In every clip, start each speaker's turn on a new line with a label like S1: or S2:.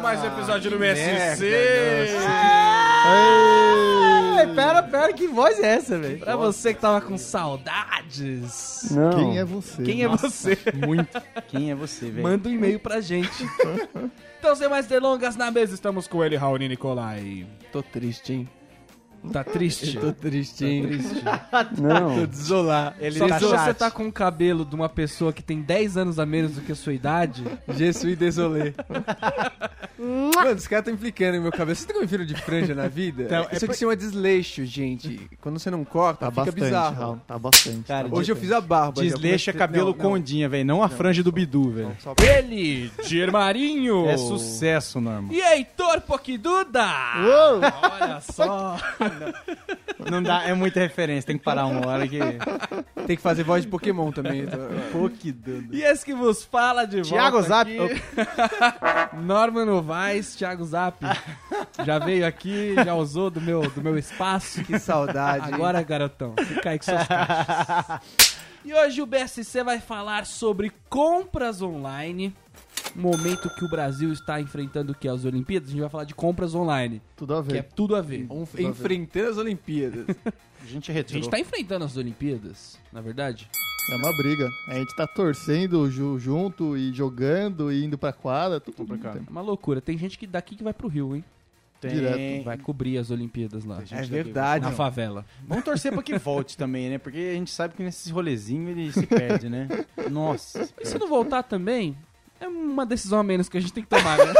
S1: mais um episódio do MSC.
S2: Ei, Ah, pera, pera, que voz é essa, velho?
S1: Pra você que tava com saudades,
S3: Não.
S4: Quem é você?
S1: quem é você?
S3: Muito. Quem é você, velho?
S1: Manda um e-mail pra gente. então, sem mais delongas, na mesa estamos com ele, Raoni Nicolai.
S2: Tô triste, hein?
S1: Tá triste?
S2: Tô triste, hein?
S3: Não.
S2: Desolar.
S1: Ele
S2: Só
S1: Só se
S2: que
S1: você tá com o cabelo de uma pessoa que tem 10 anos a menos do que a sua idade,
S2: Jesus e desolê. Mano, os caras estão implicando no meu cabelo. Vocês nunca me viram de franja na vida?
S3: Então, é
S2: Isso
S3: por-
S2: que se chama desleixo, gente. Quando você não corta,
S4: Tá
S2: fica
S4: bastante,
S2: bizarro.
S4: Raul, tá bastante.
S3: Cara,
S4: tá
S2: Hoje eu fiz a barba. já
S3: Desleixa
S2: comecei-
S3: cabelo
S2: Não,
S3: com ondinha, velho. Não a franja do Bidu, velho.
S1: ele, Germarinho.
S3: É sucesso, Norma.
S1: E Heitor Poquiduda.
S4: Uou!
S1: Olha só.
S3: Não dá, é muita referência. Tem que parar uma hora que...
S2: não. Tem que fazer voz de Pokémon também. então-
S3: Pô, que dano.
S1: E esse que vos fala de
S3: Thiago
S1: volta
S3: Zap.
S1: aqui, Norman Novaes, Thiago Zap. Já veio aqui, já usou do meu, do meu espaço.
S2: Que saudade. hein?
S1: Agora, garotão, fica aí com suas caixas. E hoje o BSC vai falar sobre compras online. Momento que o Brasil está enfrentando o que? As Olimpíadas? A gente vai falar de compras online,
S4: Tudo a
S1: que é
S4: ver.
S1: tudo a ver.
S2: Um- enfrentando as Olimpíadas.
S4: A gente
S1: A
S4: retirou.
S1: gente tá enfrentando as Olimpíadas, na verdade.
S4: É uma briga. A gente tá torcendo ju- junto e jogando e indo pra quadra. Tudo
S3: pra quadra.
S1: É uma loucura. Tem gente que daqui que vai pro Rio, hein?
S4: Direto.
S1: Vai cobrir as Olimpíadas lá.
S2: É verdade.
S1: Na favela.
S3: Vamos torcer pra que volte também, né? Porque a gente sabe que nesse rolezinho ele se perde, né? Nossa.
S1: E se não voltar também, é uma decisão a menos que a gente tem que tomar, né?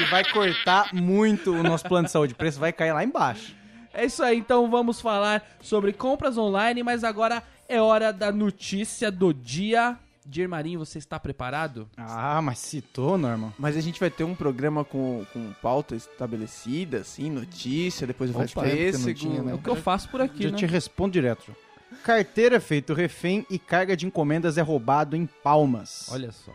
S3: E vai cortar muito o nosso plano de saúde. O preço vai cair lá embaixo.
S1: É isso aí, então vamos falar sobre compras online, mas agora é hora da notícia do dia. Dier Marinho, você está preparado?
S3: Ah, mas citou, Norma.
S2: Mas a gente vai ter um programa com, com pauta estabelecida, assim, notícia, depois vai
S4: Faz
S2: ter
S4: tempo que não
S2: esse
S4: tinha, né?
S1: É o que eu faço por aqui,
S3: Já
S1: né?
S3: te respondo direto. João. Carteira é feito refém e carga de encomendas é roubado em Palmas.
S1: Olha só.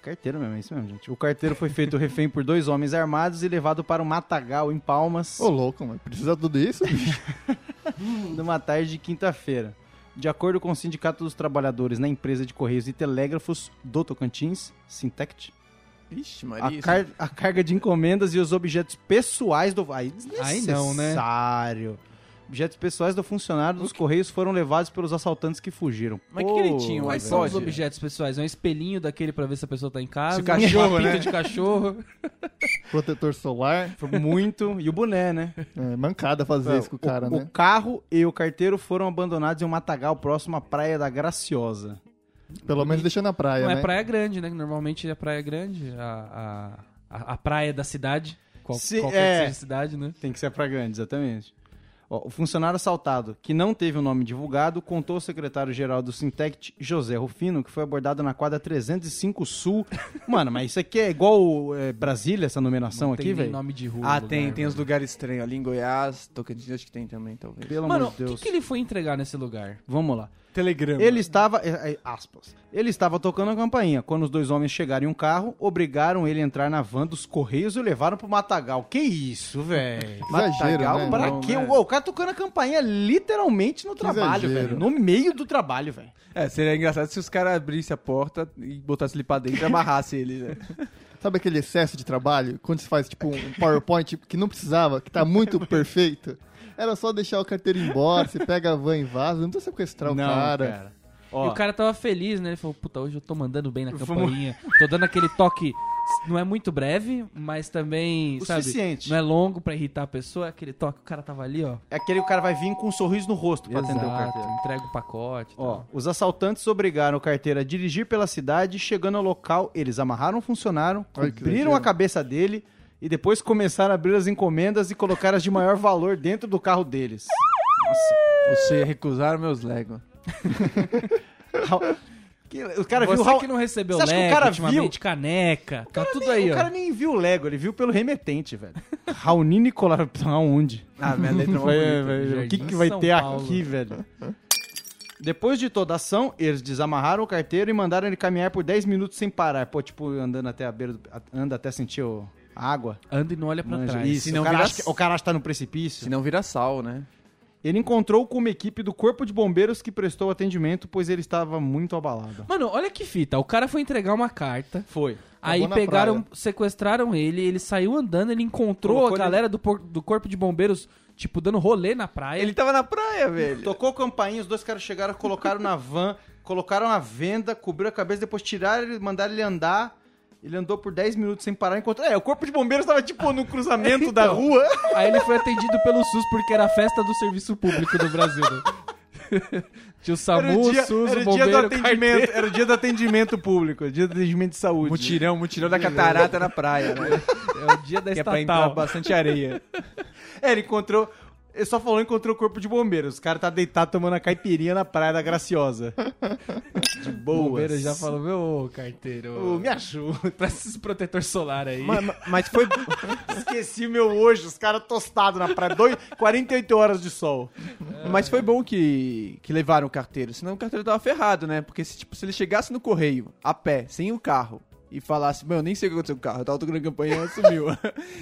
S3: Carteiro mesmo, é isso mesmo, gente. O carteiro foi feito refém por dois homens armados e levado para um matagal em Palmas
S4: Ô, louco, mas precisa tudo isso? bicho?
S3: numa tarde de quinta-feira. De acordo com o Sindicato dos Trabalhadores na empresa de Correios e Telégrafos do Tocantins, Sintect,
S2: Vixe,
S3: a,
S2: Maria.
S3: car- a carga de encomendas e os objetos pessoais do. Aí,
S1: Aí não, né?
S3: desnecessário. Objetos pessoais do funcionário dos Correios foram levados pelos assaltantes que fugiram.
S2: Mas que um direitinho,
S3: vai
S1: Quais
S2: Mas
S1: são os
S2: pode?
S1: objetos pessoais? É um espelhinho daquele pra ver se a pessoa tá em casa?
S2: Se cachorro,
S1: uma pinta
S2: né?
S1: de cachorro.
S4: Protetor solar.
S3: Foi muito. E o boné, né?
S4: É, mancada fazer isso com o cara, né?
S3: carro e o carteiro foram abandonados em um matagal próximo à Praia da Graciosa.
S4: Pelo menos deixa na praia,
S1: Não é
S4: né?
S1: praia grande, né? Normalmente é praia grande, a, a, a- a praia da cidade. Qual,
S3: Se-
S1: qualquer
S3: é.
S1: que seja a cidade, né?
S3: Tem que ser pra grande, exatamente. Ó, o funcionário assaltado, que não teve o nome divulgado, contou ao secretário-geral do Sintect, José Rufino, que foi abordado na quadra 305 Sul. Mano, mas isso aqui é igual é, Brasília, essa numeração
S1: Não
S3: aqui,
S1: tem nem
S3: velho?
S1: nome de rua.
S2: Ah,
S1: lugar, né?
S2: tem, tem
S1: velho.
S2: uns lugares estranhos ali em Goiás, Tocantins, acho que tem também, talvez.
S3: Pelo
S1: Mano,
S3: amor
S1: o
S3: de
S1: que,
S3: Deus.
S1: que ele foi entregar nesse lugar?
S3: Vamos lá.
S2: Telegrama.
S3: Ele estava, é, é, aspas, ele estava tocando a campainha quando os dois homens chegaram em um carro, obrigaram ele a entrar na van dos correios e o levaram pro matagal. Que isso, velho?
S4: Exagero,
S2: Matagal,
S4: né?
S3: Pra
S2: Não,
S3: quê?
S2: né?
S3: Uou, o cara tocando a campainha literalmente no trabalho,
S4: exagero.
S3: velho. No meio do trabalho, velho.
S2: É, seria engraçado se os caras abrissem a porta e botassem ele pra dentro e amarrassem ele, né?
S4: Sabe aquele excesso de trabalho? Quando você faz, tipo, um PowerPoint que não precisava, que tá muito perfeito? Era só deixar o carteiro embora, você pega a van e vaza, não precisa sequestrar o cara.
S3: Ó,
S1: E o cara tava feliz, né? Ele falou, puta, hoje eu tô mandando bem na campainha. Tô dando aquele toque, não é muito breve, mas também,
S3: O
S1: sabe?
S3: suficiente.
S1: Não é longo pra irritar a pessoa, é aquele toque, o cara tava ali, ó.
S3: é aquele cara vai vir com um sorriso no rosto pra atender o
S1: Exato,
S3: carteiro.
S1: entrega o pacote e
S3: Ó,
S1: tal.
S3: os assaltantes obrigaram o carteiro a dirigir pela cidade, chegando ao local, eles amarraram o funcionário,
S4: Olha que
S3: cobriram
S4: doideira.
S3: a cabeça dele e depois começaram a abrir as encomendas e colocar as de maior valor dentro do carro deles.
S2: Você recusaram meus Lego.
S3: Nossa. Que- O cara
S1: Você
S3: viu Raul-
S1: que não recebeu
S3: Você acha que o
S1: leco
S3: cara
S1: ultimamente, caneca, tá tudo
S3: nem-
S1: aí,
S3: O
S1: ó.
S3: cara nem viu o Lego, ele viu pelo remetente, velho. Raoni Nicolau, aonde?
S2: Ah, minha letra é uma
S3: Vai,
S2: bonita.
S3: vai,
S1: Jardim
S3: o que, que vai
S1: São
S3: ter
S1: Paulo.
S3: aqui, velho? Depois de toda a ação, eles desamarraram o carteiro e mandaram ele caminhar por 10 minutos sem parar. Pô, tipo, andando até a beira do... Anda até sentir o- a água.
S1: Anda e não olha pra
S3: Manja.
S1: trás.
S3: Isso,
S2: senão
S3: o, cara
S2: vira-
S3: acha que, o cara acha que tá no precipício.
S2: Se não vira sal, né?
S3: Ele encontrou com uma equipe do Corpo de Bombeiros que prestou atendimento, pois ele estava muito abalado.
S1: Mano, olha que fita, o cara foi entregar uma carta,
S3: Foi.
S1: Aí
S4: na
S1: pegaram,
S4: praia.
S1: sequestraram ele, ele saiu andando, ele encontrou
S2: Colocou
S1: a
S2: ele-
S1: galera do, por- do Corpo de Bombeiros, tipo, dando rolê na praia.
S2: Ele tava na praia, velho.
S3: Tocou campainha, os dois caras chegaram, colocaram na van, colocaram a venda, cobriu a cabeça, depois tiraram ele, mandaram ele andar. Ele andou por 10 minutos sem parar, encontrou. É, o corpo de bombeiros tava tipo no cruzamento da
S1: Então.
S3: rua.
S1: Aí ele foi atendido pelo SUS porque era a festa do serviço público do Brasil. né? Tinha o SAMU,
S3: Era o dia,
S1: o SUS,
S3: era
S1: o
S3: o dia do
S1: bombeiro,
S3: atendimento, era o dia do atendimento público, dia do atendimento de saúde.
S2: Mutirão, mutirão da catarata na praia, né?
S1: É o dia da
S2: Que é pra entrar
S1: estatal.
S2: bastante areia.
S3: É, ele encontrou. Ele só falou encontrou o corpo de bombeiros. O cara tá deitado tomando a caipirinha na praia da Graciosa. De
S1: o
S3: boa.
S1: bombeiro já falou, meu ô, carteiro,
S3: Ô, me ajuda.
S1: presta esse protetor solar aí.
S2: Ma- ma- mas foi.
S3: Esqueci meu hoje, os caras tostados na praia. Dois, 48 horas de sol.
S2: Mas foi bom que, que levaram o carteiro, senão o carteiro tava ferrado, né? Porque se, tipo, se ele chegasse no correio, a pé, sem o carro, e falasse, mano, eu nem sei o que aconteceu com o carro, eu tava tocando a campanha e sumiu.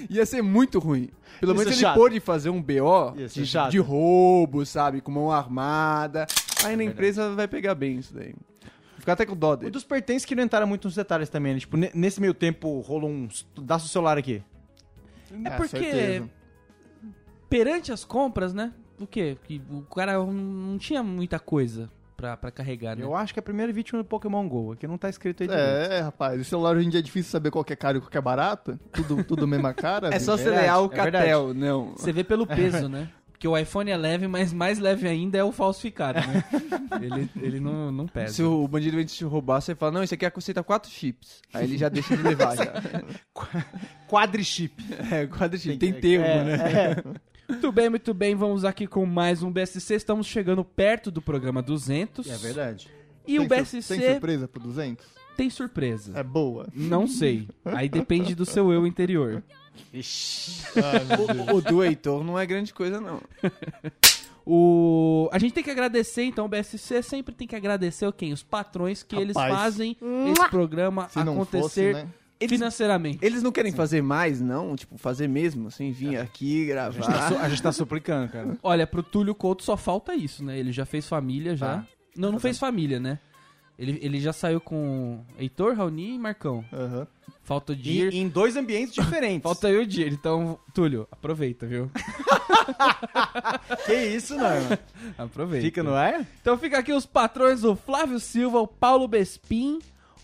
S2: Ia ser muito ruim. Pelo
S3: Ia
S2: menos
S3: ser
S2: ele
S3: chato.
S2: pôde fazer um BO
S3: Ia ser
S2: de,
S3: chato.
S2: de roubo, sabe? Com mão armada. Aí
S3: É
S2: na empresa vai pegar bem isso daí. Vou Ficar até com dó
S3: Um
S2: dele.
S3: dos pertences que não entraram muito nos detalhes também, né? Tipo, ne- nesse meio tempo rolou um. Dá seu celular aqui.
S1: É
S4: Ah,
S1: porque
S4: certeza.
S1: perante as compras, né? O quê? Que o cara não- não tinha muita coisa pra, pra carregar, né?
S3: Eu acho que é a primeira vítima do Pokémon GO. Aqui não tá escrito aí direito.
S4: É, é, rapaz, o celular hoje em dia é difícil saber qual que é caro e qual que é barato. Tudo, tudo mesma cara.
S2: É
S4: velho.
S2: só
S3: você
S2: você
S3: verdade, lear
S2: leal
S3: o
S2: o
S3: é Catel,
S2: cartel, não.
S1: Você vê pelo peso, né? Porque o iPhone é leve, mas mais leve ainda é o falsificado, né? ele ele não, não pesa.
S2: Se o bandido vem te roubar, você fala, não, isso aqui aceita quatro chips. Aí ele já deixa de levar, já.
S3: Quadrichip.
S2: É, quadro chip. Tem termo,
S4: é,
S2: né?
S1: Muito bem, muito bem. Vamos aqui com mais um BSC. Estamos chegando perto do programa 200.
S3: É verdade.
S1: E o
S4: Tem sur-
S1: BSC
S4: Tem surpresa pro 200?
S1: tem surpresa.
S4: É boa.
S1: Não sei. Aí depende do seu eu interior.
S2: O, o do Heitor não é grande coisa, não.
S1: O... A gente tem que agradecer, então, o BSC sempre tem que agradecer o quem? Os patrões que eles
S4: Rapaz.
S1: fazem esse programa
S4: Se não
S1: acontecer
S4: fosse, né?
S2: Eles,
S1: financeiramente.
S2: eles não querem fazer mais, não? Tipo, fazer mesmo, assim, vir aqui gravar.
S3: A gente tá suplicando, cara.
S1: Olha, pro Túlio Couto só falta isso, né? Ele já fez família, já.
S3: Tá.
S1: Não, não fez família, né? Ele, ele já saiu com Heitor, Raoni e Marcão.
S4: Aham.
S1: Falta o Dir.
S3: E, em dois ambientes diferentes.
S1: Falta eu o Dir. Então, Túlio, aproveita, viu?
S3: Que isso, não?
S1: Aproveita.
S3: Fica no ar?
S1: Então fica aqui os patrões, o Flávio Silva, o Paulo Bespin,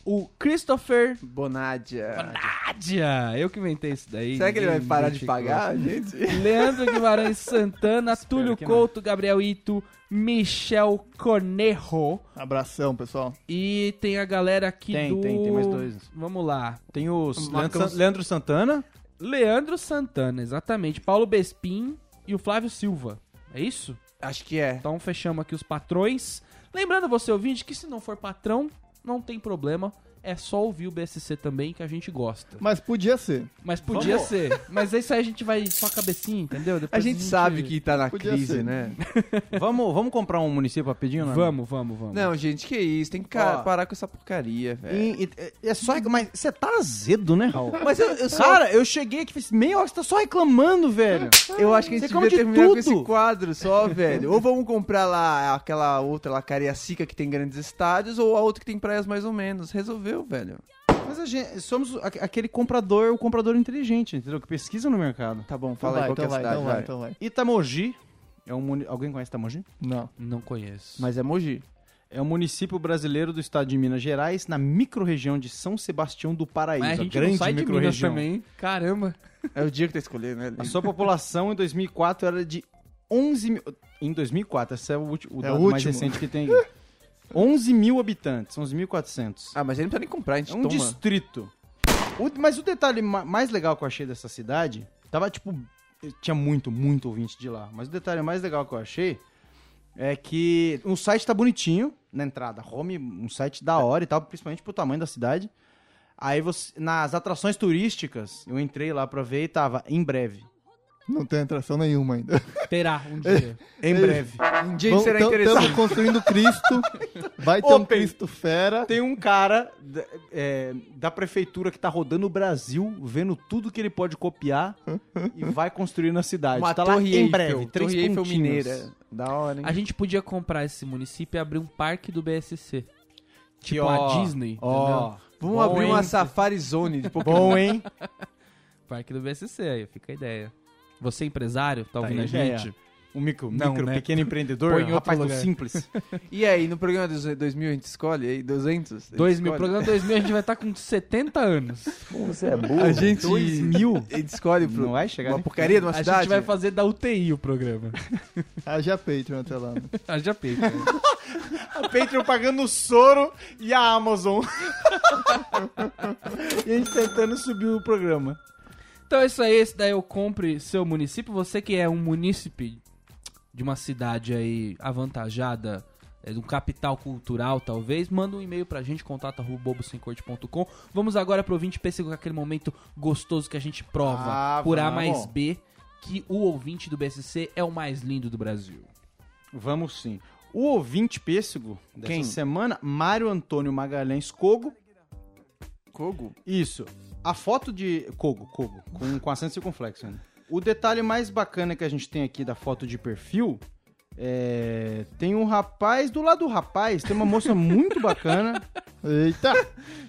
S1: o Christopher
S2: Bonádia.
S1: Nádia. Eu que inventei isso daí.
S2: Será que ele vai
S1: ninguém
S2: parar de
S1: identificou.
S2: pagar, gente?
S1: Leandro Guimarães Santana, Túlio
S3: que não.
S1: Couto, Gabriel Ito, Michel Cornejo.
S4: Abração, pessoal.
S1: E tem a galera aqui
S3: Tem,
S1: do...
S3: tem, tem mais dois.
S1: Vamos lá.
S3: Tem o Leandro,
S2: Marcos-
S3: San- Leandro Santana.
S1: Leandro Santana, exatamente. Paulo Bespin e o Flávio Silva. É isso?
S2: Acho que é.
S1: Então fechamos aqui os patrões. Lembrando você, ouvinte, que se não for patrão, não tem problema. É só ouvir o BSC também, que a gente gosta.
S4: Mas podia ser.
S1: Mas podia
S3: Vamos.
S1: ser. Mas é isso aí, a gente vai só cabecinha, entendeu?
S2: A
S1: Depois
S2: gente sabe que tá na
S4: Podia
S2: crise,
S4: ser.
S2: né?
S3: Vamos, vamos comprar um município rapidinho, né?
S1: Vamos, vamos, vamos.
S2: Não, gente, que isso. Tem que ca-
S3: Ó.
S2: parar com essa porcaria, velho.
S3: E- e- é só. recla- Mas você tá azedo, né, Raul?
S2: Mas eu, eu só...
S3: Cara, eu cheguei aqui e fiz meia hora, você tá só reclamando, velho.
S2: Eu acho que a
S3: Você
S2: gente
S3: come
S2: devia
S3: de
S2: terminar com
S3: tudo.
S2: esse quadro só, velho. Ou vamos comprar lá aquela outra lá, Cariacica, que tem grandes estádios, ou a outra que tem praias mais ou menos. Resolveu, velho.
S3: Mas a gente, somos a- aquele comprador, o comprador inteligente, entendeu? Que pesquisa no mercado.
S2: Tá bom,
S4: Então
S2: fala
S4: vai,
S2: aí qual que é
S4: então
S2: a
S4: vai,
S2: cidade,
S4: então vai,
S2: vai.
S4: então vai.
S3: Itamogi. É um muni... Alguém conhece Itamogi?
S4: Não.
S1: Não conheço.
S2: Mas é Mogi.
S3: É um município brasileiro do estado de Minas Gerais, na microrregião de São Sebastião do Paraíso.
S1: Mas a
S3: a
S1: gente
S3: é grande
S1: não sai de Minas
S3: microrregião.
S1: também. hein? Caramba.
S2: É o dia que tá escolhendo, né?
S3: A
S2: Lê?
S3: sua população em 2004 era de 11 mil. Em 2004, esse é o, ulti- o
S4: É
S3: dado
S4: o
S3: mais
S4: último.
S3: recente que tem aqui. 11 mil habitantes, 11.400.
S2: Ah, mas ele não precisa nem comprar, a gente
S3: É um
S2: toma.
S3: distrito. O- mas o detalhe ma- mais legal que eu achei dessa cidade, tava tipo. Tinha muito, muito ouvinte de lá. Mas o detalhe mais legal que eu achei é que o site tá bonitinho na entrada. Home, um site da hora e tal, principalmente pro tamanho da cidade. Aí você. Nas atrações turísticas, eu entrei lá pra ver e tava em breve.
S4: Não tem atração nenhuma ainda.
S1: Terá um dia.
S3: Em breve.
S2: Um dia
S4: Vão-
S2: será
S4: tam-
S2: interessante.
S4: tamo construindo Cristo. Vai ter um
S3: Open.
S4: Cristo fera.
S3: Tem um cara da, é, da prefeitura que tá rodando o Brasil, vendo tudo que ele pode copiar e vai construir na cidade.
S2: Uma
S3: tá lá
S2: torre
S3: em breve,
S2: Eiffel,
S3: três
S2: torre Eiffel
S3: pontinhos.
S2: mineira. Da hora, hein?
S1: A gente podia comprar esse município e abrir um parque do BSC.
S3: Que,
S1: Tipo a Disney,
S3: Ó,
S2: Vamos
S1: Bom,
S2: abrir uma
S1: hein?
S2: Safari Zone de Pokémon.
S3: Bom, hein? Tá
S1: Parque do BSC, aí fica a ideia. Você, empresário, tá ouvindo
S3: aí
S1: a
S3: a ideia.
S1: gente?
S3: É, O micro,
S1: Não,
S3: micro
S1: né?
S3: pequeno empreendedor,
S2: Põe em outro
S3: rapaz, assim, tão
S2: lugar.
S3: simples.
S2: E aí, no programa dos 2000 a gente escolhe? Aí, 200?
S1: 2000, programa 2000, a gente vai estar com 70 anos.
S2: A gente,
S3: 2000?
S2: a gente escolhe pro,
S3: Não vai chegar
S2: uma
S3: nem-
S2: porcaria de uma
S1: A
S2: cidade?
S1: gente vai fazer da UTI o programa.
S4: Haja Patreon até lá. né?
S1: Ah, já peguei.
S3: A Patreon pagando o soro e a Amazon. e a gente tentando subir o programa.
S1: Então é isso aí, esse daí eu compre seu município. Você que é um munícipe de uma cidade aí avantajada, é, de um capital cultural talvez, manda um e-mail pra gente, contato arroba bobosemcorte.com. Vamos agora pro ouvinte pêssego, que é aquele momento gostoso que a gente prova
S3: Ah,
S1: por A
S3: vamos.
S1: mais B, que o ouvinte do BSC é o mais lindo do Brasil.
S3: Vamos sim. O ouvinte pêssego dessa
S2: Quem?
S3: semana, Mário Antônio Magalhães Cogo.
S2: Kogo?
S3: Isso. A foto de. Cogo, Cogo. Com, com acento circunflexo. Né? O detalhe mais bacana que a gente tem aqui da foto de perfil é. Tem um rapaz. Do lado do rapaz, tem uma moça muito bacana.
S4: Eita!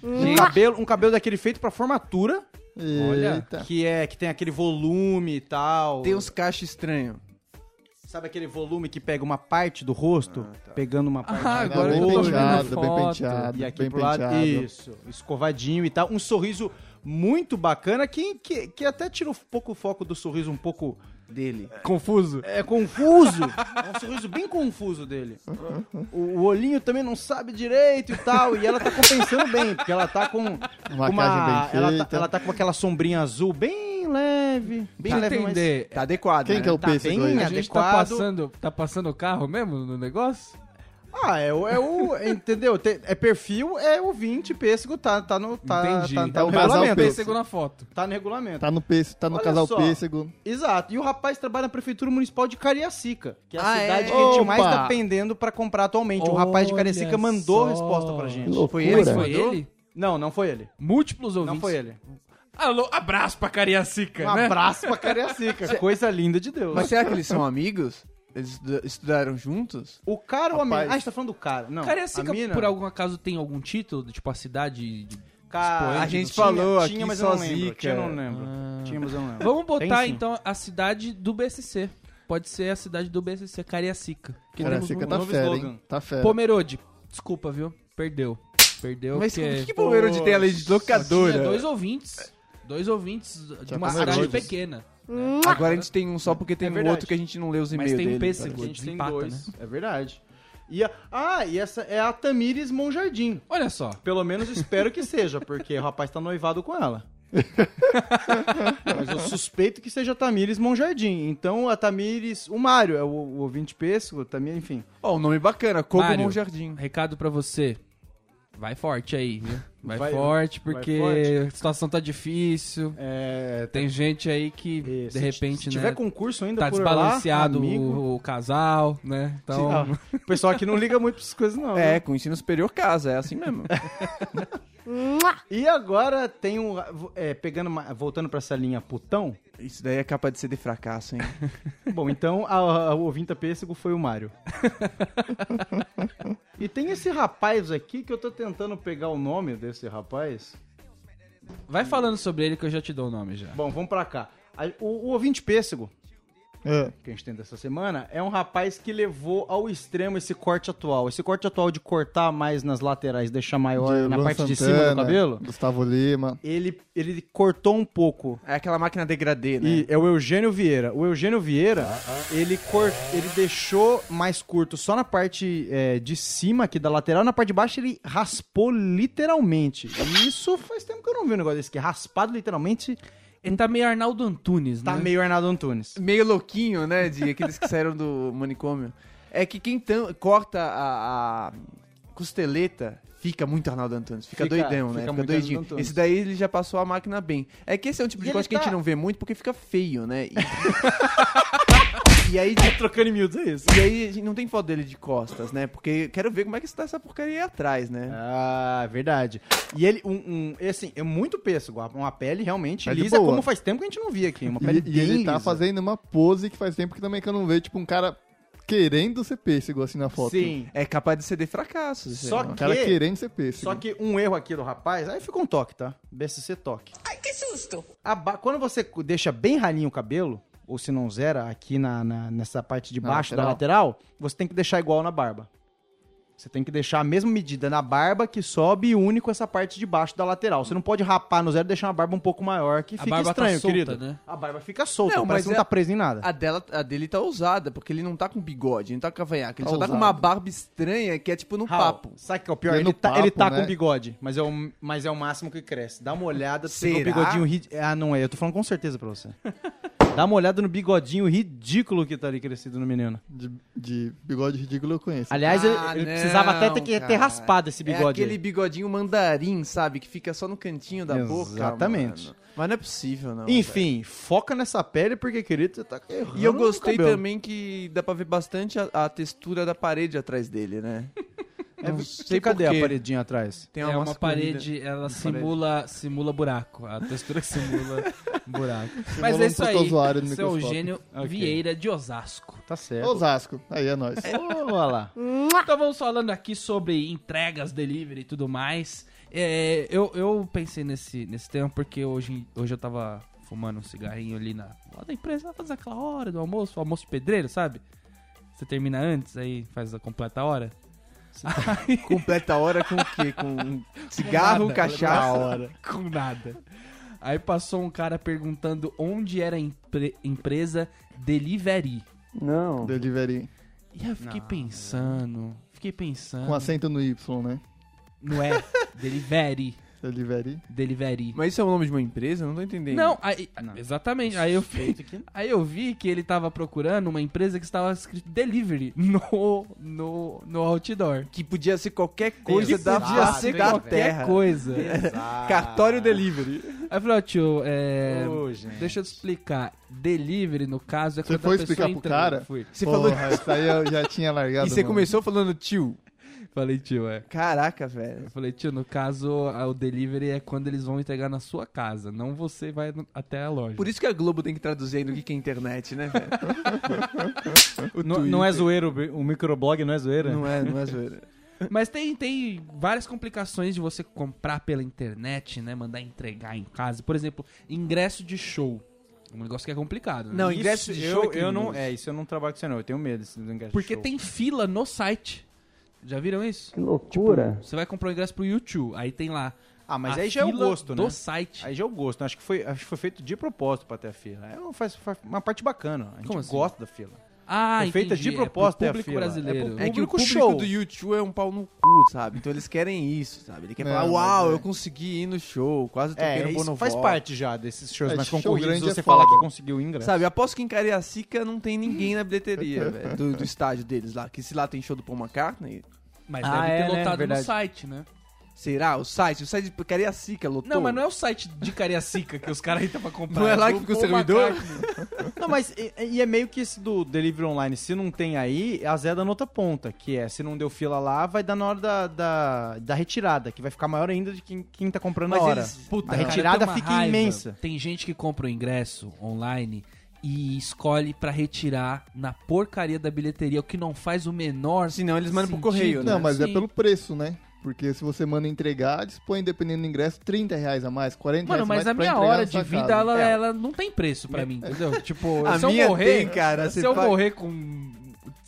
S3: Um cabelo, um cabelo daquele feito pra formatura.
S1: Olha,
S4: Eita!
S3: Que é que tem aquele volume e tal.
S2: Tem um uns cachos estranhos.
S3: Sabe aquele volume que pega uma parte do rosto,
S2: tá.
S3: pegando uma parte
S1: Ah,
S3: do
S1: agora eu
S4: bem
S1: tô
S3: rosto,
S1: olhando a
S4: penteado, bem
S1: foto.
S4: penteado,
S3: e aqui
S4: bem
S3: pro lado,
S4: penteado.
S3: isso, escovadinho e tal, um sorriso muito bacana que, que, que até tira um pouco o foco do sorriso um pouco
S2: Dele.
S1: Confuso?
S3: é confuso, é um sorriso bem confuso dele. O, o olhinho também não sabe direito e tal, e ela tá compensando bem, porque ela tá com
S4: Maquiagem
S3: uma,
S4: bem
S3: ela
S4: feita.
S3: tá, ela tá com aquela sombrinha azul bem leve, bem
S1: Pra
S3: leve, mas-
S1: entender,
S2: Tá adequado,
S4: Quem
S2: né?
S4: que é o
S3: Tá
S4: pêssego
S3: bem
S4: aí?
S1: a gente tá
S3: adequado.
S1: passando, tá passando o carro mesmo no negócio?
S3: Ah, é, o- é o. é, Entendeu? Te- É perfil, é ouvinte, pêssego, tá, tá no. Tá,
S1: Entendi.
S3: Tá, tá
S1: Então
S3: no
S4: o casal
S3: regulamento.
S4: pêssego.
S1: Pêssego na foto.
S3: Tá no regulamento.
S4: Tá no pêssego, tá no
S3: Olha
S4: casal
S3: só.
S4: pêssego.
S3: Exato. E o rapaz trabalha na Prefeitura Municipal de Cariacica, que é a
S2: Ah,
S3: cidade
S2: é?
S3: que a gente mais
S4: Opa!
S3: tá pendendo pra comprar atualmente. o rapaz de
S1: Olha
S3: Cariacica mandou
S1: só.
S3: a resposta pra gente.
S4: Loucura.
S2: Foi ele que
S1: Foi
S2: mandou?
S1: ele?
S3: Não, não foi ele.
S1: Múltiplos ouvintes.
S3: Não foi ele.
S1: Alô, abraço pra Cariacica,
S3: Um
S1: né?
S3: abraço pra Cariacica. Coisa linda de Deus.
S2: Mas será que eles são amigos? Eles estu- estudaram juntos?
S3: o cara ou a
S4: Rapaz.
S3: mina? Ah, a gente tá falando do cara. Não.
S1: Cariacica,
S3: a mina?
S1: por algum acaso, tem algum título? do Tipo, a cidade... de-
S3: Cara,
S2: A gente
S3: tinha-
S2: falou
S3: tinha,
S2: aqui
S3: mas
S2: só
S3: eu não lembro.
S2: zica.
S3: Tinha, eu não lembro. Tinha, mas eu não lembro.
S1: Vamos botar,
S3: Tem sim.
S1: então, a cidade do BSC. Pode ser a cidade do BSC, Cariacica. Que
S4: Cara,
S1: temos
S4: esse aqui
S1: um
S4: tá
S1: novo
S4: fera,
S1: slogan.
S4: hein? Tá
S1: É.
S4: fera.
S1: Pomerode, desculpa, viu? Perdeu. Perdeu
S2: Mas o
S1: porque... é
S2: que, que Palmeiras de né? tem além de locadora?
S1: Tinha dois ouvintes. Dois ouvintes de uma
S4: Pomerode.
S1: cidade pequena.
S2: Agora a gente tem um só porque tem
S3: É
S2: um
S3: verdade.
S2: outro que a gente não leu os
S1: Mas
S2: e-mails
S1: tem um
S2: dele.
S1: pêssego.
S3: A gente tem
S1: Desempata,
S3: dois. É verdade. E a- ah, e essa é a Tamires Monjardim.
S1: Olha só.
S3: Pelo menos espero que seja, porque o rapaz tá noivado com ela. Mas eu suspeito que seja a Tamires Monjardim. Então a Tamires. O Mário é o, o ouvinte pêssego, Tamir, enfim.
S2: Ó, um nome bacana, Coco
S1: Mário.
S2: Bom Jardim.
S1: Um Recado pra você. Vai forte aí, viu? Vai,
S3: Vai-
S1: forte,
S3: vai
S1: porque
S3: forte.
S1: a situação tá difícil.
S3: É,
S1: Tem gente aí que,
S3: é,
S1: de
S3: se-
S1: repente,
S3: se
S1: né?
S3: tiver concurso ainda
S1: tá
S3: por lá,
S1: desbalanceado
S3: amigo.
S1: o, o casal, né? Então,
S3: Sim, ah, o pessoal aqui não liga muito pras coisas, não.
S2: É,
S3: né?
S2: com ensino superior casa, é assim mesmo.
S3: E agora tem um. é, pegando uma- voltando pra essa linha putão.
S2: Isso daí é capaz de ser de fracasso, hein?
S3: Bom, então a, a, o ouvinte pêssego foi o Mário. e tem esse rapaz aqui que eu tô tentando pegar o nome desse rapaz.
S1: vai falando sobre ele que eu já te dou o nome já.
S3: Bom, vamos pra cá. A- O, o ouvinte pêssego
S4: É.
S3: que a gente tem dessa semana é um rapaz que levou ao extremo esse corte atual. Esse corte atual de cortar mais nas laterais, deixar maior
S4: De
S3: Então, é, na
S4: Luan
S3: parte de
S4: Santana, né?
S3: cima do cabelo.
S4: Gustavo Lima.
S3: Ele, ele cortou um pouco
S2: É aquela máquina degradê, né?
S3: E é o Eugênio Vieira. O Eugênio Vieira,
S4: Ah,
S3: ele, cor... ele deixou mais curto só na parte é, de cima aqui da lateral, na parte de baixo ele raspou literalmente. E isso faz tempo que eu não vi um negócio desse, que raspado literalmente
S1: Ele tá meio Arnaldo Antunes,
S3: tá
S1: né?
S3: meio Arnaldo Antunes.
S4: Hum.
S2: Meio louquinho, né? De aqueles que saíram do manicômio. É que quem tam- corta a, a costeleta fica muito Arnaldo Antunes. Fica,
S3: Fica-
S2: doidão, né?
S3: fica
S2: Fica
S3: muito
S2: doidinho.
S3: Arnaldo Antunes.
S2: Esse daí ele já passou a máquina bem. É que esse é um tipo
S3: E
S2: de
S3: ele
S2: corte que a
S3: tá-
S2: gente não vê muito porque fica feio, né? E, e aí, de-
S3: Trocando em miúdos, é isso.
S2: e aí a gente não tem foto dele de costas, né? Porque quero ver como é que está essa porcaria aí atrás, né?
S3: Ah, é verdade. E ele, um, um- e assim, é muito pêssego. Uma pele realmente
S4: Pele
S3: lisa,
S4: boa.
S3: como faz tempo que a gente não via aqui. Uma
S4: E,
S3: pele
S4: e ele
S3: bem
S4: tá
S3: lisa.
S4: fazendo uma pose que faz tempo que também que eu não vejo, tipo, um cara querendo ser pêssego assim na foto.
S3: Sim.
S2: É capaz de ceder fracassos. né. sei
S3: Só
S2: lá.
S4: O cara
S3: Que?
S4: querendo ser pêssego.
S3: Só que um erro aqui do rapaz, aí ficou um toque, tá? BSC toque.
S5: Ai, que susto!
S3: A ba- Quando você co- deixa bem ralinho o cabelo, ou se não zera aqui na, na- nessa parte de
S4: Na
S3: baixo da lateral, você tem que deixar igual na barba. Você tem que deixar a mesma medida na barba que sobe e une com essa parte de baixo da lateral. Você não pode rapar no zero e deixar uma barba um pouco maior, que
S1: A
S3: fica
S1: barba tá
S3: estranho,
S1: solta,
S3: querido.
S1: né?
S3: A barba fica solta,
S2: Não,
S3: parece
S2: mas
S3: que não
S2: é-
S3: tá presa em nada.
S2: A, dela, a dele tá ousada, porque ele não tá com bigode, não tá com cavanhaque. Ele
S4: Tá
S2: só tá com
S4: ousado.
S2: uma barba estranha que é tipo no
S3: Raul,
S2: papo.
S3: Sabe o que é o pior?
S4: E é
S3: Ele
S4: no
S3: tá, ele
S4: papo,
S3: tá
S4: né?
S3: com bigodinho, mas é, o, mas é o máximo que cresce. Dá uma olhada pra você ver o
S2: Será?
S3: bigodinho rid... Ah, não é. Eu tô falando com certeza pra você. Dá uma olhada no bigodinho ridículo que tá ali crescido no menino.
S4: De, de bigode ridículo eu conheço.
S3: Aliás, ele,
S2: Ah,
S3: ele
S2: não,
S3: precisava até ter, que ter
S2: cara.
S3: raspado esse
S2: É
S3: bigode.
S2: aquele
S3: aí.
S2: bigodinho mandarim, sabe? Que fica só no cantinho da boca.
S3: Exatamente.
S2: mano. Mas não é possível, não. velho.
S3: Enfim, foca nessa pele porque, querido, você tá errando
S2: E eu
S3: no
S2: gostei
S3: cabelo.
S2: também que dá pra ver bastante a, a textura da parede atrás dele, né?
S3: Não
S2: sei
S3: sei É, cadê
S2: por quê.
S3: a paredinha atrás?
S2: Tem
S1: é uma
S2: masculina.
S1: parede, ela simula, simula buraco. A textura simula buraco. Mas
S4: Simula
S1: é
S4: um
S1: isso aí.
S4: protozoário no
S1: Esse é o
S4: microscópio.
S1: Gênio
S3: Ok.
S1: Vieira de Osasco.
S3: Tá certo.
S4: Osasco. Aí é nóis.
S3: Olha lá.
S1: Então vamos falando aqui sobre entregas, delivery e tudo mais. É, eu, eu pensei nesse, nesse tema porque hoje, hoje eu tava fumando um cigarrinho ali na, lá da empresa, lá fazer aquela hora do almoço, o almoço de pedreiro, sabe? Você termina antes, aí faz a completa hora.
S2: Completa a hora com o quê? Com cigarro,
S1: Nada.
S2: cachaça?
S1: Com nada. Aí passou um cara perguntando onde era a empre- empresa Delivery.
S2: Não.
S4: Delivery.
S1: E aí eu fiquei pensando, fiquei pensando.
S4: Com acento no Y, né?
S1: Não é, Delivery,
S4: Delivery.
S1: Delivery.
S2: Mas isso é o nome de uma empresa? Eu Não tô entendendo.
S1: Não, aí-
S3: Não.
S1: exatamente. Aí eu, fi- aí eu vi que ele tava procurando uma empresa que estava escrito delivery no, no, no outdoor.
S2: Que podia ser qualquer coisa
S3: Que
S2: da
S3: podia
S2: face
S3: ser
S2: da
S3: qualquer
S2: terra.
S1: coisa.
S2: Cartório delivery.
S1: Aí eu falei, ó, tio, é,
S3: Ô, gente.
S1: deixa eu te explicar. Delivery, no caso, é
S4: Você
S1: quando
S4: foi
S1: a pessoa
S4: explicar pro
S1: entra-
S4: cara?
S1: Fui.
S2: Você
S4: Porra,
S2: falou.
S4: Isso aí eu já tinha largado.
S2: E você
S4: mano.
S2: começou falando tio.
S1: Falei, tio, é.
S2: Caraca, velho.
S1: Eu falei, tio, no caso, a- o delivery é quando eles vão entregar na sua casa, não você vai no- até a loja.
S2: Por isso que a Globo tem que traduzir ainda o que que é internet, né, velho? O
S3: Não,
S2: Twitter.
S3: não é zoeiro, o microblog não é zoeira?
S2: Não é, não é zoeira.
S1: Mas tem, tem várias complicações de você comprar pela internet, né? Mandar entregar em casa. Por exemplo, ingresso de show. É Um negócio que é complicado, né?
S2: Não,
S3: Isso
S2: ingresso de show
S3: eu,
S2: é
S3: eu não,
S2: criminoso.
S3: é, isso eu não trabalho com isso não. Eu tenho medo desse do ingresso
S1: Porque
S3: de show.
S1: tem fila no site. Já viram isso? Tipo,
S5: Que loucura!
S1: Você vai comprar o ingresso pro YouTube, aí tem lá.
S3: Ah, mas
S1: a
S3: aí já é o
S1: fila
S3: gosto,
S1: do
S3: né?
S1: site.
S3: Aí já eu gosto. né? Acho que foi, acho que foi feito de propósito pra ter a fila. É uma, faz, faz uma parte bacana. A gente
S1: Como assim?
S3: gosta da fila.
S1: Ah,
S3: Foi feita
S1: entendi.
S3: de propósito,
S1: é
S3: é
S1: pro
S3: a
S1: público
S3: fila. É
S1: brasileiro.
S3: pro
S2: É que o
S3: Público
S2: público
S3: show.
S2: do YouTube é um pau no cu, sabe? Então eles querem isso, sabe? Ele quer
S4: Não,
S2: falar,
S4: mas
S2: uau,
S4: é.
S2: eu consegui ir no show, quase toquei no
S3: É, isso
S2: Bonovox.
S3: faz parte né? já desses shows
S4: É,
S3: mais
S4: show
S3: concorridos.
S4: grande é
S3: Você falar
S4: foda.
S3: que conseguiu o ingresso.
S2: Sabe, aposto que em Cariacica não tem ninguém na bilheteria, velho, do, do estádio deles lá. Que se lá tem show do Paul McCartney,
S1: Mas
S3: Ah,
S1: deve
S3: é,
S1: ter
S3: né?
S1: lotado no
S3: Verdade.
S1: site, né?
S2: será? O site? O site de Cariacica lotou?
S1: Não, mas não é o site de Cariacica que os caras entram pra comprar.
S2: Não é lá
S1: do
S2: que fica o
S1: Paul
S2: servidor?
S1: McCartney.
S3: Não, mas e, e é meio que esse do delivery online. Se não tem aí, azeda na outra ponta. Que é, se não deu fila lá, vai dar na hora da, da, da retirada. Que vai ficar maior ainda de quem, quem tá comprando
S2: Mas
S3: na hora.
S2: eles-
S1: Puta,
S3: a
S1: cara,
S3: retirada
S1: eu tenho uma
S3: fica
S1: raiva.
S3: imensa.
S1: Tem gente que compra o ingresso online e escolhe pra retirar na porcaria da bilheteria, o que não faz o menor
S2: Senão Assim, eles mandam pro
S1: Sentido.
S2: correio, né?
S4: Não, mas
S1: Sim.
S4: é pelo preço, né? Porque se você manda entregar, dispõe, dependendo do ingresso, 30 reais a mais, 40
S1: Mano,
S4: reais
S1: mas
S4: a
S1: a
S4: mais pra
S1: minha
S4: entregar
S1: hora
S4: na
S1: de
S4: sua
S1: vida,
S4: casa.
S1: ela,
S3: É.
S1: ela não tem preço pra mim, entendeu? Tipo,
S2: A
S1: se eu
S2: minha
S1: morrer,
S2: tem, cara,
S1: se
S2: você
S1: eu
S2: paga-
S1: morrer com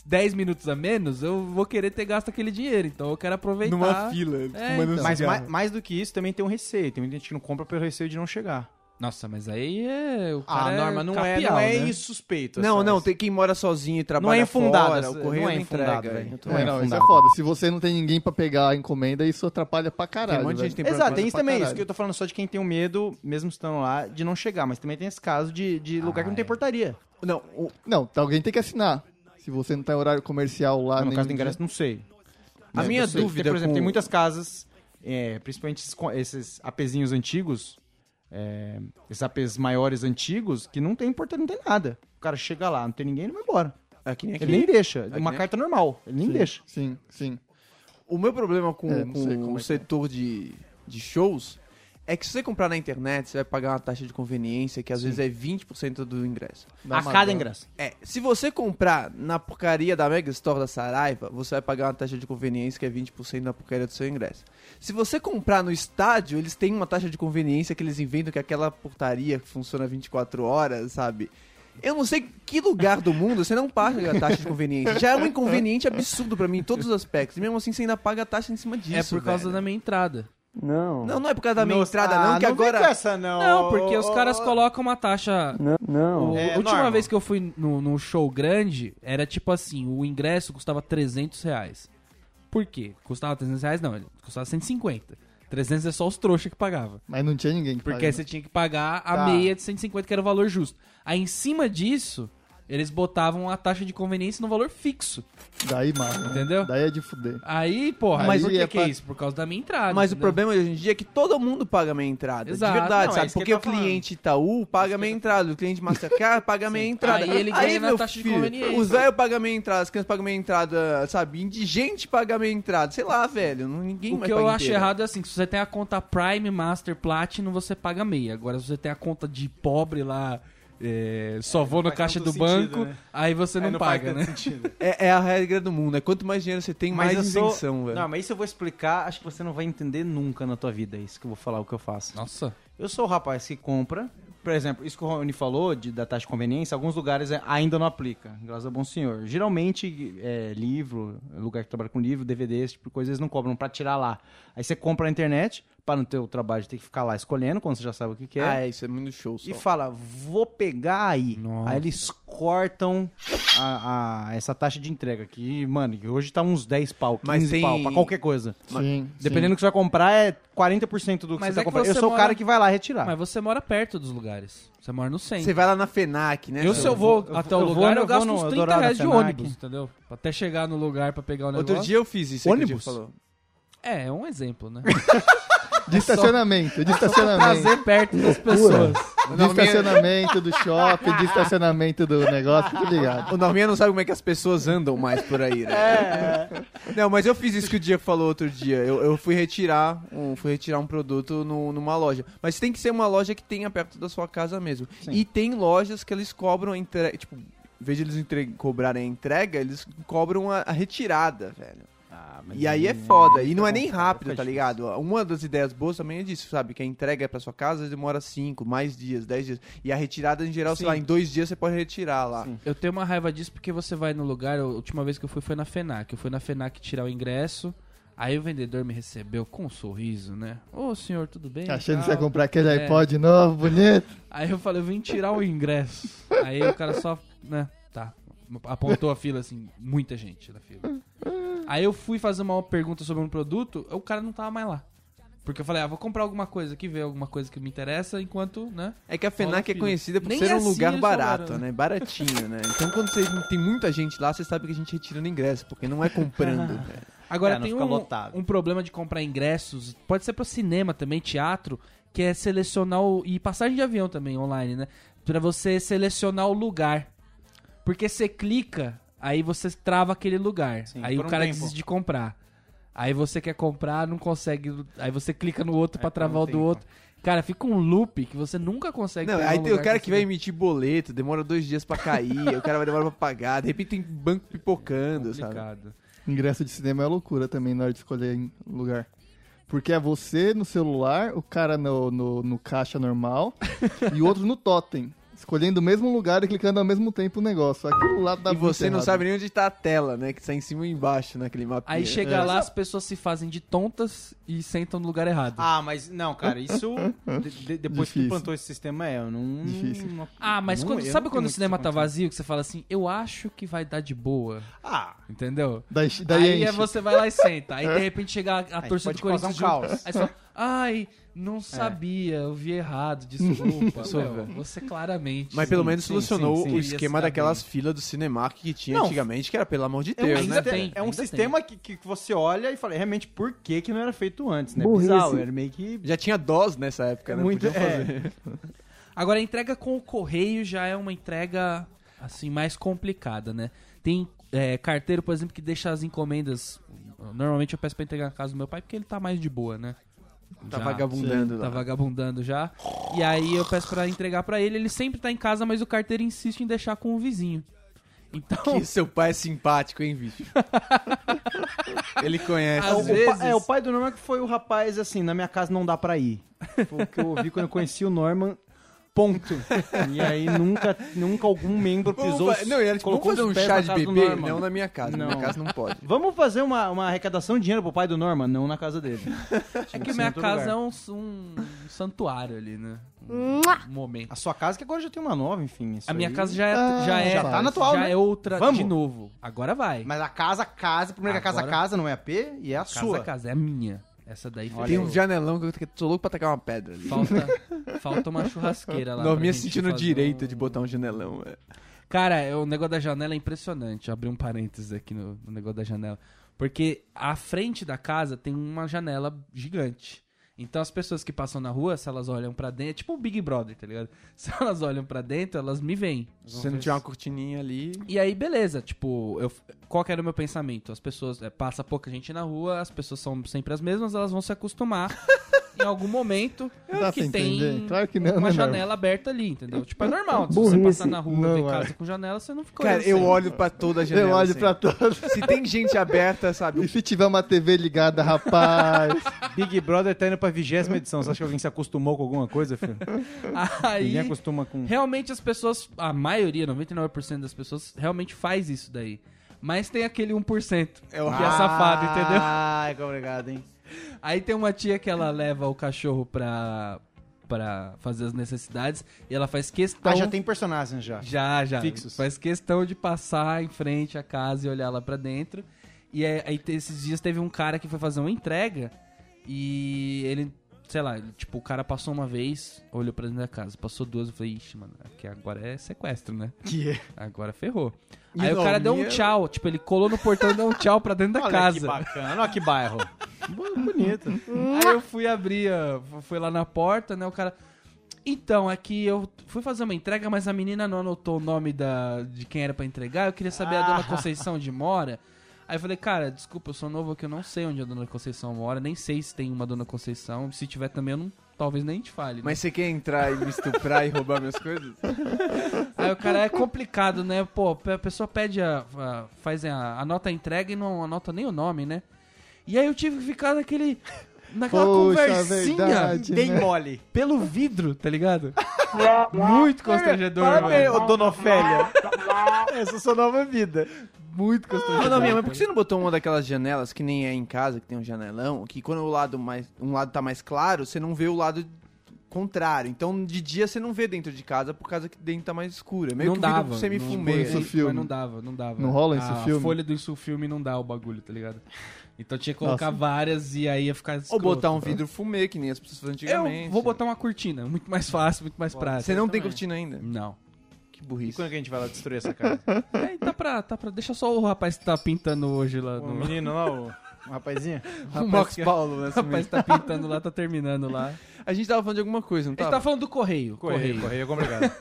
S1: 10 minutos a menos, eu vou querer ter gasto aquele dinheiro, então eu quero aproveitar.
S2: Numa fila, fumando
S3: então. Mas
S2: cigarro.
S3: mais, mais do que isso, também tem um receio. Tem muita gente que não compra pelo receio de não chegar.
S1: Nossa, mas aí é o
S3: Ah,
S1: cara
S3: Norma, não é,
S1: capial,
S3: não é
S1: né?
S3: insuspeito.
S2: Não,
S3: essa-
S2: não, tem quem mora sozinho e trabalha
S3: Não é infundado,
S2: fora,
S3: essa-
S2: o correio
S3: não é
S2: entrega,
S3: infundado, velho.
S2: Então,
S3: Não
S4: É,
S3: é
S4: não, isso é
S3: fundado.
S4: foda. Se você não tem ninguém pra pegar a encomenda, isso atrapalha pra caralho.
S2: Tem um monte de
S4: velho.
S2: gente que tem
S3: Exato, tem
S2: problema.
S3: isso também.
S4: caralho.
S3: Isso que eu tô falando só de quem tem o medo, mesmo estando lá, de não chegar. Mas também tem esse caso de, de lugar que não tem portaria.
S2: Não, o-
S4: Não, tá, alguém tem que assinar. Se você não tá em horário comercial lá...
S3: Não, no
S4: nem-
S3: caso do ingresso, não sei.
S2: a
S3: É,
S2: minha
S3: não sei.
S2: dúvida,
S3: Tem, por exemplo,
S2: com-
S3: tem muitas casas, é, principalmente esses, co- esses apezinhos antigos, é, esses apes maiores antigos, que não tem portaria, não tem nada. O cara chega lá, não tem ninguém, ele vai embora.
S2: aqui É nem aqui.
S3: Ele nem deixa.
S2: Aqui
S3: uma
S2: nem-
S3: carta normal, ele nem deixa.
S4: Sim, sim.
S2: O meu problema com,
S4: É, não
S2: com
S4: sei como
S2: o
S4: é que é.
S2: setor de, de shows É que se você comprar na internet, você vai pagar uma taxa de conveniência que às vezes é 20% do ingresso.
S4: Dá
S3: A
S4: uma
S3: cada
S4: dó.
S3: ingresso.
S2: É, se você comprar na porcaria da Mega Store da Saraiva, você vai pagar uma taxa de conveniência que é 20% da porcaria do seu ingresso. Se você comprar no estádio, eles têm uma taxa de conveniência que eles inventam que é aquela portaria que funciona 24 horas, sabe? Eu não sei que lugar do mundo você não paga a taxa de conveniência. Já é um inconveniente absurdo pra mim em todos os aspectos. E mesmo assim você ainda paga a taxa em cima disso.
S1: é por causa
S2: velho.
S1: da minha entrada.
S5: Não.
S2: Não, não é por causa da minha
S3: No-
S2: entrada,
S3: Ah,
S2: não, que
S3: vem com
S2: agora.
S3: essa, não.
S1: Não, porque os
S3: Ô,
S1: caras
S3: ô,
S1: colocam uma taxa.
S5: Não. Não.
S1: O-
S3: É,
S1: a Tipo, última
S3: norma.
S1: vez que eu fui no- num show grande, era tipo assim, o ingresso custava 300 reais. Por quê? Custava 300 reais? Não, ele custava 150. 300 é só os trouxas que pagava.
S4: Mas não tinha ninguém que né?
S1: Porque
S4: pague,
S1: aí você tinha que pagar a
S4: Tá.
S1: meia de 150, que era o valor justo. Aí em cima disso, eles botavam a taxa de conveniência no valor fixo.
S4: não. Daí mata.
S1: Entendeu?
S4: Daí é de fuder.
S1: Aí, porra,
S4: Mas
S1: por
S4: e
S1: que,
S4: é
S1: que
S4: pra-
S1: é isso? Por causa da minha entrada.
S2: Mas o
S1: entendeu?
S2: problema hoje em dia é que todo mundo paga meia entrada.
S1: Exato.
S2: De verdade,
S3: Não, é
S2: sabe?
S3: isso que
S2: Porque
S3: ele
S2: o
S3: tá falando.
S2: cliente Itaú paga meia entrada, o cliente Mastercard paga meia entrada.
S1: tá Aí ele ganha na
S2: meu
S1: taxa de
S2: filho,
S1: conveniência.
S2: Os velhos pagam meia entrada, as crianças pagam meia entrada, sabe? Indigente paga meia entrada. Sei lá, velho. não- Ninguém
S1: O
S2: mais
S1: que
S2: paga
S1: eu acho
S2: inteira.
S1: errado é assim, que se você tem a conta Prime, Master, Platinum, você paga meia. Agora, se você tem a conta de pobre lá, é, só vou na
S3: faz
S1: caixa do
S3: tanto sentido,
S1: banco,
S3: né?
S1: aí você
S3: Aí
S1: não,
S3: faz
S1: paga,
S3: tanto
S1: né?
S3: sentido.
S2: É, é a regra do mundo. É quanto mais dinheiro você tem,
S3: Mas
S2: mais
S3: eu sou-
S2: assim, isenção, velho.
S3: Não, mas isso eu vou explicar, acho que você não vai entender nunca na tua vida, isso que eu vou falar, o que eu faço.
S1: Nossa.
S3: Eu sou o rapaz que compra. Por exemplo, isso que o Rony falou de, da taxa de conveniência, alguns lugares é- ainda não aplica, graças ao bom senhor. Geralmente, é, livro, lugar que trabalha com livro, DVD, esse tipo de coisa, eles não cobram pra tirar lá. Aí você compra na internet, para não ter o trabalho de ter que ficar lá escolhendo, quando você já sabe o que, que é.
S2: Ah, é, isso é muito show. Só.
S3: e fala, vou pegar aí.
S1: Nossa.
S3: Aí eles cortam a, a- essa taxa de entrega, que, mano, que hoje tá uns 10 pau, 15
S2: Mas tem-
S3: pau, pra qualquer coisa.
S4: Sim.
S3: Dependendo do que você vai comprar, é 40% do que
S1: Mas
S3: você tá
S1: é que
S3: comprando.
S1: você
S3: Eu sou
S1: mora-
S3: o cara que vai lá retirar.
S1: Mas você mora perto dos lugares. Você mora no centro.
S2: Ah. Você vai lá na FENAC, né?
S1: Eu,
S2: seu-
S1: se eu vou
S3: eu
S1: até o
S3: vou-
S1: lugar,
S3: eu
S1: eu,
S3: vou
S1: gasto
S3: no
S1: uns 30
S3: Eldorado,
S1: reais de
S3: Senac.
S1: ônibus, entendeu? Até chegar no lugar pra pegar o negócio.
S2: Outro dia eu fiz isso.
S3: Ônibus?
S2: que o Diego falou.
S1: É, é um exemplo, né?
S4: De estacionamento, de estacionamento.
S1: Trazer perto das pessoas.
S4: De estacionamento do shopping, de estacionamento do negócio, fique ligado.
S2: O Norminha não sabe como é que as pessoas andam mais por aí, né? Não, mas eu fiz isso que o Diego falou outro dia. Eu, eu fui retirar um, fui retirar um produto no- numa loja. Mas tem que ser uma loja que tenha perto da sua casa mesmo. E tem lojas que eles cobram a entrega. Tipo, em vez de eles entre- cobrarem a entrega, eles cobram a, a retirada, velho. E aí é foda. E não é nem rápido, tá ligado? Uma das ideias boas também é disso, sabe? Que a entrega é pra sua casa demora 5, mais dias, 10 dias. E a retirada, em geral, sei
S3: Sim.
S2: lá, em dois dias você pode retirar lá.
S1: Eu tenho uma raiva disso porque você vai no lugar. A última vez que eu fui foi na FENAC. Eu fui na FENAC tirar o ingresso. Aí o vendedor me recebeu com um sorriso, né? Ô senhor, tudo bem?
S4: Tá Achando que você
S1: Tal.
S4: ia comprar aquele
S1: É.
S4: iPod novo, bonito.
S1: Aí eu falei, eu vim tirar o ingresso. Aí o cara só, né, tá. Apontou a fila, assim, muita gente na fila. Aí eu fui fazer uma pergunta sobre um produto, o cara não tava mais lá. Porque eu falei, ah, vou comprar alguma coisa aqui, ver alguma coisa que me interessa, enquanto, né?
S2: É que a
S1: Rola
S2: FENAC é
S1: filho.
S2: conhecida por
S1: Nem
S2: ser um
S1: assim
S2: lugar
S1: eles
S2: barato,
S1: souberam,
S2: né? Baratinho, né? Então quando você tem muita gente lá, você sabe que a gente retira no ingresso, porque não é comprando, velho.
S1: Agora
S3: É, não
S1: tem
S3: fica
S1: um,
S3: lotado.
S1: um problema de comprar ingressos, pode ser pra cinema também, teatro, que é selecionar o, e passagem de avião também online, né? Pra você selecionar o lugar. Porque você clica, aí você trava aquele lugar.
S3: Sim,
S1: aí
S3: por
S1: o
S3: um
S1: cara
S3: tempo.
S1: desiste de comprar. Aí você quer comprar, não consegue, aí você clica no outro pra
S3: por
S1: travar
S3: um
S1: o do
S3: tempo.
S1: outro. Cara, fica um loop que você nunca consegue
S2: É, Não,
S1: pegar
S2: aí
S1: um
S2: tem o
S1: lugar
S2: cara
S1: que
S2: que
S1: você
S2: vai emitir boleto, demora dois dias pra cair, o cara vai demorar pra pagar, de repente tem banco pipocando, sabe?
S1: É complicado.
S4: Ingresso de cinema é loucura também na hora de escolher em lugar. Porque é você no celular, o cara no, no, no caixa normal e o outro no totem. Escolhendo o mesmo lugar e clicando ao mesmo tempo o negócio. Aquilo lá dá
S2: E você
S4: muito
S2: não
S4: errado.
S2: sabe nem onde tá a tela, né? Que tá em cima e embaixo naquele mapa.
S1: Aí chega
S2: é.
S1: lá, as pessoas se fazem de tontas e sentam no lugar errado.
S3: Ah, mas não, cara, isso de- de- depois que
S4: Difícil.
S3: plantou esse sistema é, eu não.
S4: Difícil.
S3: não-
S1: Ah, mas
S3: não-
S1: quando,
S3: eu
S1: sabe
S3: não
S1: quando o
S3: tenho
S1: cinema
S3: essa
S1: tá
S3: condição.
S1: vazio que você fala assim, eu acho que vai dar de boa,
S3: Ah,
S1: entendeu?
S4: Daí, daí
S1: aí é
S4: enche.
S1: você vai lá e senta. Aí de repente chega a, a
S3: É. Aí
S1: torcida
S3: pode
S1: do Corinthians.
S3: causar
S1: junto.
S3: um caos. É.
S1: Aí você fala, ai, não sabia, eu vi errado, desculpa.
S2: Desculpa.
S1: Meu, você claramente.
S2: Mas pelo menos
S3: sim,
S2: solucionou
S3: sim, sim.
S2: o
S1: Ia se
S2: esquema
S1: dar
S2: daquelas filas do Cinemark que tinha
S3: Não.
S2: antigamente, que era pelo amor de
S3: É um,
S2: Deus,
S3: sistema-
S2: né?
S1: ainda tem,
S3: é um
S1: ainda tem.
S3: sistema que, que você olha e fala, é realmente, por que, que não era feito antes, né?
S5: Burrice.
S3: Bizarro, era meio que.
S2: Já tinha DOS nessa época, né?
S3: muito,
S2: Podiam fazer.
S3: é,
S1: Agora, a entrega com o correio já é uma entrega, assim, mais complicada, né? Tem é, carteiro, por exemplo, que deixa as encomendas. Normalmente eu peço pra entregar na casa do meu pai porque ele tá mais de boa, né?
S2: Tá
S1: Já,
S2: vagabundando
S1: Tá
S2: lá.
S1: vagabundando já. E aí eu peço pra entregar pra ele, ele sempre tá em casa, mas o carteiro insiste em deixar com o vizinho. Então,
S2: Que seu pai é simpático, hein, bicho? Ele conhece.
S1: Às
S3: O
S2: né?
S3: pa-
S1: vezes-
S3: é, o pai do Norman que foi o rapaz assim, na minha casa não dá pra ir. Foi o que eu ouvi quando eu conheci o Norman. Ponto. E aí nunca, nunca algum membro
S2: Vamos
S3: pisou.
S2: fa- não, ele era tipo, vamos
S3: colocou
S2: fazer
S3: os
S2: um
S3: pés
S2: chá
S3: na
S2: de
S3: casa do
S2: bebê?
S3: Norman.
S2: Não na minha casa, na
S3: Não.
S2: minha casa não pode.
S3: Vamos fazer uma, uma arrecadação de dinheiro pro pai do Norman? Não na casa dele.
S1: é
S3: Tinha
S1: que
S3: ser em
S1: minha
S3: outro
S1: casa
S3: lugar.
S1: é um, um santuário ali, né?
S5: Mua!
S1: Um momento.
S3: A sua casa que agora já tem uma nova, enfim. isso
S1: A minha
S3: aí.
S1: casa já é,
S4: Ah,
S1: já é,
S4: já tá
S3: na atual,
S1: já
S3: né?
S1: é outra
S3: Vamos?
S1: de novo. Agora vai.
S3: Mas a casa, casa, primeiro que a casa,
S1: Agora-
S3: casa, não é a P, e é a
S1: casa,
S3: sua.
S1: casa, é a minha. Essa daí
S3: Olha
S2: Tem
S1: fechou.
S2: um janelão que eu tô louco pra tacar uma pedra ali.
S1: Falta, falta uma churrasqueira lá.
S2: Não
S1: pra
S2: me
S1: gente
S2: sentindo
S1: fazer
S2: direito
S1: um-
S2: de botar um janelão. é.
S1: Cara, é, o negócio da janela é impressionante. Abri um parênteses aqui no, no negócio da janela. Porque a frente da casa tem uma janela gigante. Então as pessoas que passam na rua, se elas olham pra dentro, é tipo o Big Brother, tá ligado? Se elas olham pra dentro, elas me veem.
S2: Se você não tiver uma cortininha ali.
S1: E aí, beleza, tipo, eu, qual que era o meu pensamento? As pessoas, é, passa pouca gente na rua, as pessoas são sempre as mesmas, elas vão se acostumar em algum momento
S4: Dá
S1: que
S4: pra
S1: tem
S4: entender? Claro que não,
S1: uma
S4: né,
S1: janela aberta ali, entendeu? Tipo, é normal, se você
S4: Burrice.
S1: passar na rua
S4: Não
S1: tem
S4: é.
S1: casa com janela, você não fica
S2: Cara,
S1: olhando assim.
S2: eu
S1: sempre.
S2: olho pra toda a janela.
S4: Eu olho
S2: assim.
S4: pra todos.
S2: Se tem gente aberta,
S4: E
S2: sabe?
S4: se tiver uma TV ligada, rapaz?
S3: Big Brother tá indo pra vigésima edição. Você acha que alguém se acostumou com alguma coisa, filho?
S1: Aí,
S3: Ninguém acostuma com.
S1: realmente as pessoas, a maioria, 99% das pessoas realmente faz isso daí. Mas tem aquele 1% que
S2: É o
S1: é safado, entendeu?
S3: Ah, que obrigado, Ah, hein?
S1: Aí tem uma tia que ela leva o cachorro pra, pra fazer as necessidades e ela faz questão.
S3: Ah, já tem personagens já.
S1: Já, já.
S3: Fixos.
S1: Faz questão de passar em frente à casa e olhar lá pra dentro. E é, aí, aí te- esses dias teve um cara que foi fazer uma entrega e ele, sei lá, ele, tipo, o cara passou uma vez, olhou pra dentro da casa, passou duas, eu falei, ixi, mano, que agora é sequestro, né?
S3: Que é.
S1: Agora ferrou.
S2: E
S1: aí o
S2: não,
S1: cara deu um
S2: minha-
S1: tchau, tipo, ele colou no portão e deu um tchau pra dentro da
S3: Olha que
S1: casa.
S3: bacana, olha que bairro. Bonito.
S1: Aí eu fui abrir, a- fui lá na porta, né? O cara. Então, é que eu fui fazer uma entrega, mas a menina não anotou o nome da, de quem era pra entregar. Eu queria saber a dona Conceição de mora. Aí eu falei, cara, desculpa, eu sou novo aqui, eu não sei onde a dona Conceição mora, nem sei se tem uma dona Conceição. Se tiver também, eu não, talvez nem te fale. né?
S2: Mas você quer entrar e me estuprar e roubar minhas coisas?
S1: Aí o cara é complicado, né? Pô, a pessoa pede a. a faz a, anota a entrega e não anota nem o nome, né? E aí eu tive que ficar naquele. Naquela
S4: Poxa,
S1: conversinha.
S4: verdade,
S3: Dei
S4: né?
S3: mole.
S1: pelo vidro, tá ligado? Muito constrangedor,
S3: Parabéns,
S1: velho.
S3: ô Dona Ofélia. Essa é a sua nova vida.
S1: Muito constrangedor.
S2: Não, não, minha mãe, por que você não botou uma daquelas janelas que nem é em casa, que tem um janelão, que quando o lado mais, um lado tá mais claro, você não vê o lado contrário. Então, de dia você não vê dentro de casa por causa que dentro tá mais escuro. É meio
S1: não
S2: que
S1: dava.
S2: você me
S1: não,
S2: fumei.
S4: isso-
S1: mas
S4: filme.
S1: não dava, não dava.
S4: Não rola isso
S1: a
S4: filme?
S1: folha do insulfilme não dá o bagulho, tá ligado? Então tinha que colocar
S4: Nossa.
S1: várias e aí ia ficar
S2: Ou
S1: escroto. tá?
S2: botar um vidro fumê, que nem as pessoas faziam antigamente.
S1: Eu vou botar Ah, uma cortina, muito mais fácil, muito mais prático.
S2: Você não tem
S3: também.
S2: cortina ainda?
S1: Não.
S2: Que
S3: E
S2: burrice.
S3: quando que a gente vai lá destruir essa casa?
S1: É, tá pra, tá pra... Deixa só o rapaz que tá pintando hoje lá.
S3: O
S1: No...
S3: um menino lá, o, o rapazinho.
S1: O
S2: Max
S1: rapaz que-
S2: Paulo, né?
S1: o rapaz que tá pintando lá, tá terminando lá.
S2: A gente tava falando de alguma coisa, não
S1: A gente
S2: tava?
S1: tá falando do correio.
S3: Correio, correio é complicado.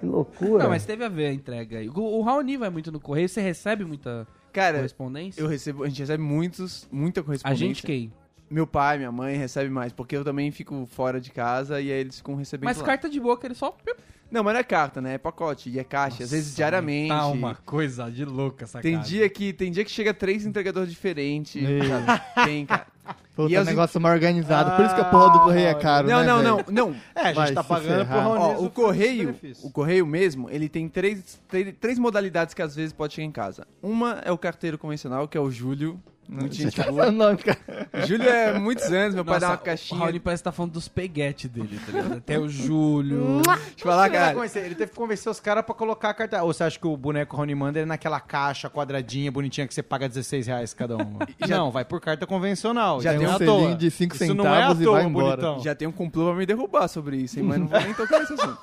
S5: Que loucura.
S1: Não, mas teve a ver a entrega aí. O, o Raoni vai muito no correio, você recebe muita
S2: Cara,
S1: correspondência?
S2: eu recebo, a gente recebe muitos, muita
S1: A
S2: correspondência.
S1: gente quem?
S2: Meu pai, minha mãe recebe mais, porque eu também fico fora de casa e aí eles ficam recebendo
S1: Mas
S2: lá.
S1: carta de boca, ele só.
S2: Não, mas não é carta, né? É pacote e é caixa, às vezes diariamente.
S4: né?
S1: Tá uma coisa de louca essa
S2: Tem
S1: casa.
S2: dia que tem dia que chega três entregadores diferentes.
S4: Meu.
S2: sabe? Tem, cara.
S4: Puta,
S2: E
S4: é um
S2: as- Ah,
S4: negócio mais organizado. Por isso que a porra do correio é caro,
S2: Não,
S4: né,
S2: não,
S4: velho?
S2: não, não.
S3: É, a gente
S4: Vai
S3: tá
S4: se
S3: pagando
S4: ferrar.
S3: por
S2: Ó, o correio, o correio mesmo, ele tem três, três, três modalidades que às vezes pode chegar em casa. Uma é o carteiro convencional, que é o Júlio. Muito gente boa.
S4: Não, não, cara.
S2: Júlio é muitos anos, meu pai dá uma
S1: O
S2: caixinha.
S1: Raoni parece que tá falando dos peguetes dele, tá ligado? Até o Júlio.
S2: Deixa eu falar, cara.
S3: Ele teve que convencer os caras pra colocar a carta. Ou você acha que o boneco Rony Mander é naquela caixa quadradinha, bonitinha, que você paga 16 reais cada um? não, vai por carta convencional.
S4: Já
S3: Isso
S4: tem
S3: não
S4: um
S3: é à toa.
S4: selinho de cinco
S3: Isso não é à
S4: centavos e
S3: toa,
S4: vai embora.
S3: bonitão.
S2: Já tem um complô pra me derrubar sobre isso, hein? Mas não vou nem tocar nesse assunto.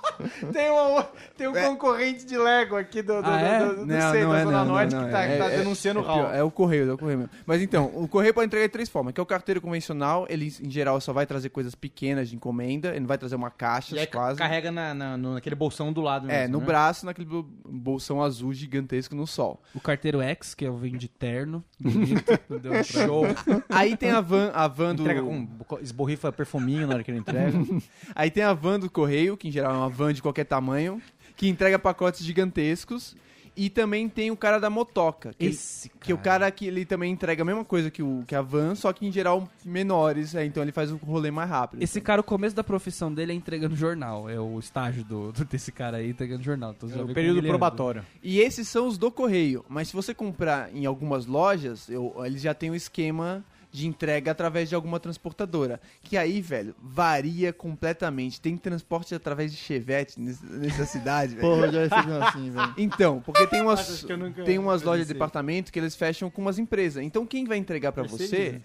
S3: Tem, uma, tem um concorrente de Lego aqui do, do,
S1: Ah, é?
S3: é do- do- do- do- do- do- do- do- do- do- do- do- do- do- do- do- do- do- Zona Norte que tá,
S2: é-
S3: tá
S2: é-
S3: denunciando
S2: é
S3: o Raul.
S2: pior, É o correio, é o correio mesmo. Mas Mas então, o correio pode entregar de três formas. Que é o carteiro convencional, ele em geral só vai trazer coisas pequenas de encomenda, ele não vai trazer uma caixa,
S3: E aí
S2: quase.
S3: carrega na, na- no- naquele bolsão do lado
S2: É,
S3: mesmo,
S2: no
S3: né?
S2: braço, naquele bo- bolsão azul gigantesco no sol.
S1: O carteiro X, que eu venho de terno. Bonito. deu um show.
S2: Aí tem a van, a van do.
S3: Entrega com um co- esborrifa perfuminho na hora que ele entrega.
S2: Aí tem a van do correio, que em geral é uma van de qualquer tamanho, que entrega pacotes gigantescos. E também tem o cara da motoca. Que,
S3: Esse
S2: que o cara que ele também entrega a mesma coisa que, o, que a van, só que em geral menores. é, então ele faz o rolê mais rápido.
S1: Esse cara, o começo da profissão dele é entregando jornal. É o estágio do, do- desse cara aí entregando jornal. Então, você já
S3: É o
S1: vê
S3: período
S1: como ele anda.
S3: probatório.
S2: E esses são os do correio. Mas se você comprar em algumas lojas, eu- eles já têm um esquema de entrega através de alguma transportadora. Que aí, velho, varia completamente. Tem transporte através de chevette nesse- nessa cidade, velho.
S4: Porra, eu já recebi um assim, velho.
S2: Então, porque tem umas,
S3: que eu nunca
S2: tem umas lojas de
S3: pensei.
S2: departamento que eles fecham com umas empresas. Então quem vai entregar pra você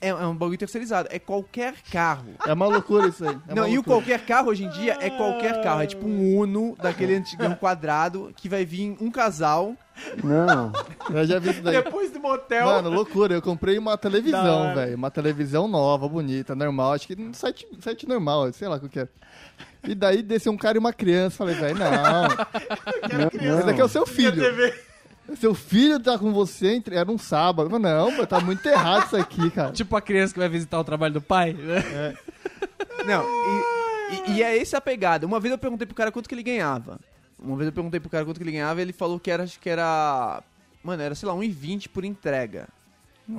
S2: é, é um bagulho terceirizado. É qualquer carro.
S4: É uma loucura isso aí. É
S2: Não,
S4: uma
S2: e o
S4: loucura.
S2: qualquer carro hoje em dia é qualquer carro. É tipo um Uno, daquele antigão quadrado, que vai vir um casal.
S5: Não.
S4: Eu já vi isso daí.
S2: Depois do motel.
S4: Mano, loucura. Eu comprei uma
S3: Da
S4: televisão,
S3: hora.
S4: velho. Uma televisão nova, bonita, normal. Acho que no site, um site normal, sei lá o que é. E daí desceu um cara e uma criança. Falei, velho, não. Esse daqui é o seu filho. Seu filho tá com você, entre- era um sábado. Eu falei, não, mas tá muito errado isso aqui, cara.
S1: Tipo a criança que vai visitar o trabalho do pai. né?
S2: Não, e, e- e é essa a pegada. Uma vez eu perguntei pro cara quanto que ele ganhava. Uma vez eu perguntei pro cara quanto que ele ganhava e ele falou que era, acho que era. Mano, era, sei lá, 1,20 por entrega.